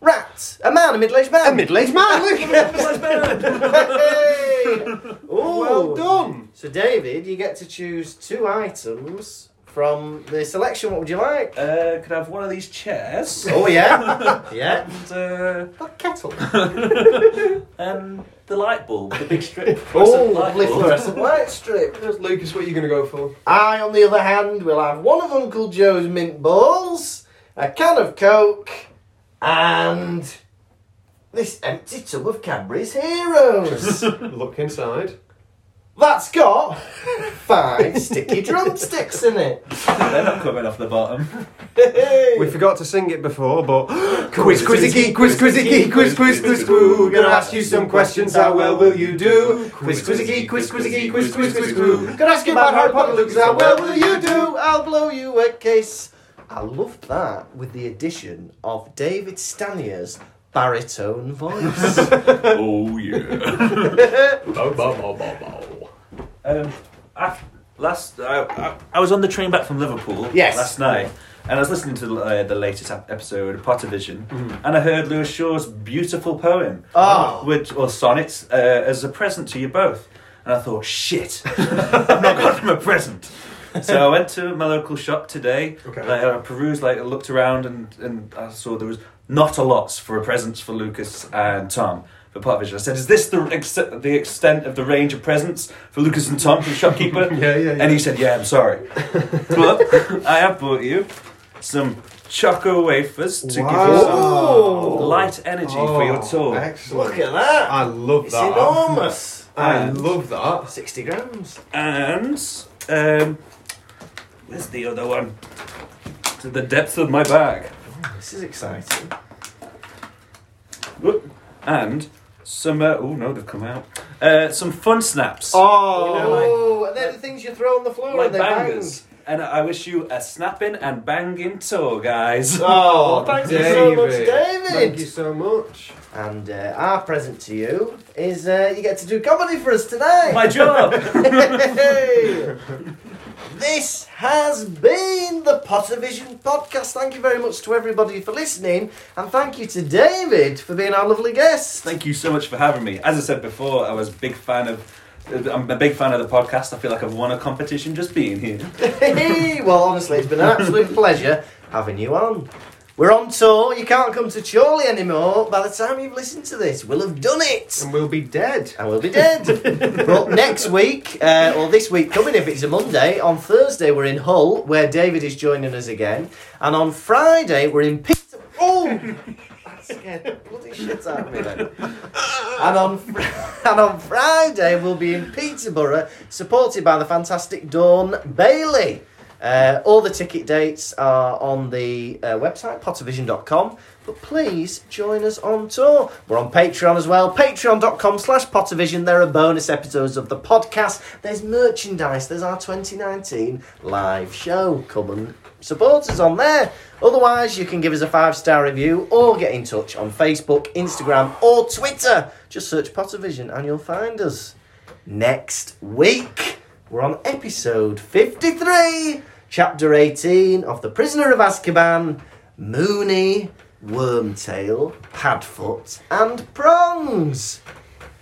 Rat. A man, a middle-aged man. Eh. a middle-aged man? Lucas. Hey! Ooh. Well done. So David, you get to choose two items from the selection. What would you like? Uh, could I have one of these chairs? Oh yeah, yeah. Oh, And, uh, That kettle. and the light bulb, the big strip. Oh, fluorescent light lovely bulb. fluorescent light strip. Lucas, what are you going to go for? I, on the other hand, will have one of Uncle Joe's mint balls, a can of Coke, and this empty tub of Cadbury's Heroes. Look inside. That's got five sticky drumsticks in it. They're not coming off the bottom. We Hey. forgot to sing it before, but Quiz, quizzy geek, quiz, quizzy geek, quiz, quiz, quiz, crew. Gonna ask you some questions, how well will you do? Quiz, quizzy geek, quiz, quizzy geek, quiz, quiz, quiz, crew. Gonna ask you about Harry Potter, Lucas, how well will you do? I'll blow you a case. I loved that with the addition of David Stanier's baritone voice. oh yeah. Um, I, last I, I, I was on the train back from Liverpool Yes. last night, and I was listening to uh, the latest ep- episode of Pottervision, and I heard Lewis Shaw's beautiful poem, Oh. which or sonnets, uh, as a present to you both. And I thought, shit, I've not got him a present. So I went to my local shop today. Okay. Like, I perused, like I looked around, and, and I saw there was not a lot for presents for Lucas and Tom for Pottervision. I said, "Is this the ex- the extent of the range of presents for Lucas and Tom from shopkeeper?" Yeah, yeah, yeah. And he said, "Yeah, I'm sorry, but I have bought you some choco wafers to give you some Ooh. light energy for your tour." Oh, Excellent. Look at that. I love It's that. enormous. I And- love that. 60 grams. And um, where's the other one? To the depths of my bag. This is exciting. Whoop. And some. Uh, oh no, they've come out. Uh, some fun snaps. Oh, You know, like- Oh, and they're the things you throw on the floor like and they bangers. And I wish you a snapping and banging tour, guys. oh, thank you David. so much, David. Thank you so much. bang. And uh, our present to you is uh, you get to do comedy for us today. My job. Hey. this has been the Pottervision podcast. Thank you very much to everybody for listening, and thank you to David for being our lovely guest. Thank you so much for having me. As I said before, I was a big fan of. uh, I'm a big fan of the podcast. I feel like I've won a competition just being here. Hey, well, honestly, it's been an absolute pleasure having you on. We're on tour. You can't come to Chorley anymore. By the time you've listened to this, we'll have done it. And we'll be dead. I will be dead. but next week, uh, or this week coming, if it's a Monday, on Thursday we're in Hull, where David is joining us again, and on Friday we're in Peter. Oh, that scared the bloody shit out of me then. And on fr- and on Friday we'll be in Peterborough, supported by the fantastic Dawn Bailey. Uh, all the ticket dates are on the uh, website, pottervision.com. But please join us on tour. We're on Patreon as well, patreon.com slash pottervision. There are bonus episodes of the podcast. There's merchandise. There's our 2019 live show. Come and support us on there. Otherwise, you can give us a five-star review or get in touch on Facebook, Instagram or Twitter. Just search Pottervision and you'll find us next week. We're on episode 53, chapter 18 of The Prisoner of Azkaban Mooney, Wormtail, Padfoot, and Prongs.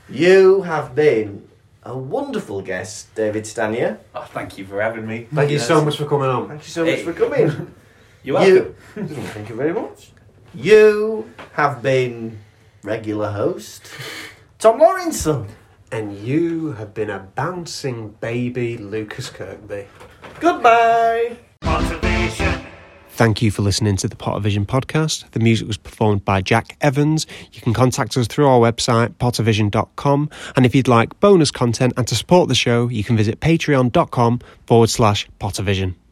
You have been a wonderful guest, David Stanier. Oh, thank you for having me. Thank you so much for coming on. Thank you so much Hey. for coming. You're welcome. You- Hmm. Thank you very much. You have been regular host, Tom Laurinson. And you have been a bouncing baby, Lucas Kirkby. Goodbye. Motivation. Thank you for listening to the Pottervision podcast. The music was performed by Jack Evans. You can contact us through our website, pottervision.com. And if you'd like bonus content and to support the show, you can visit patreon.com forward slash pottervision.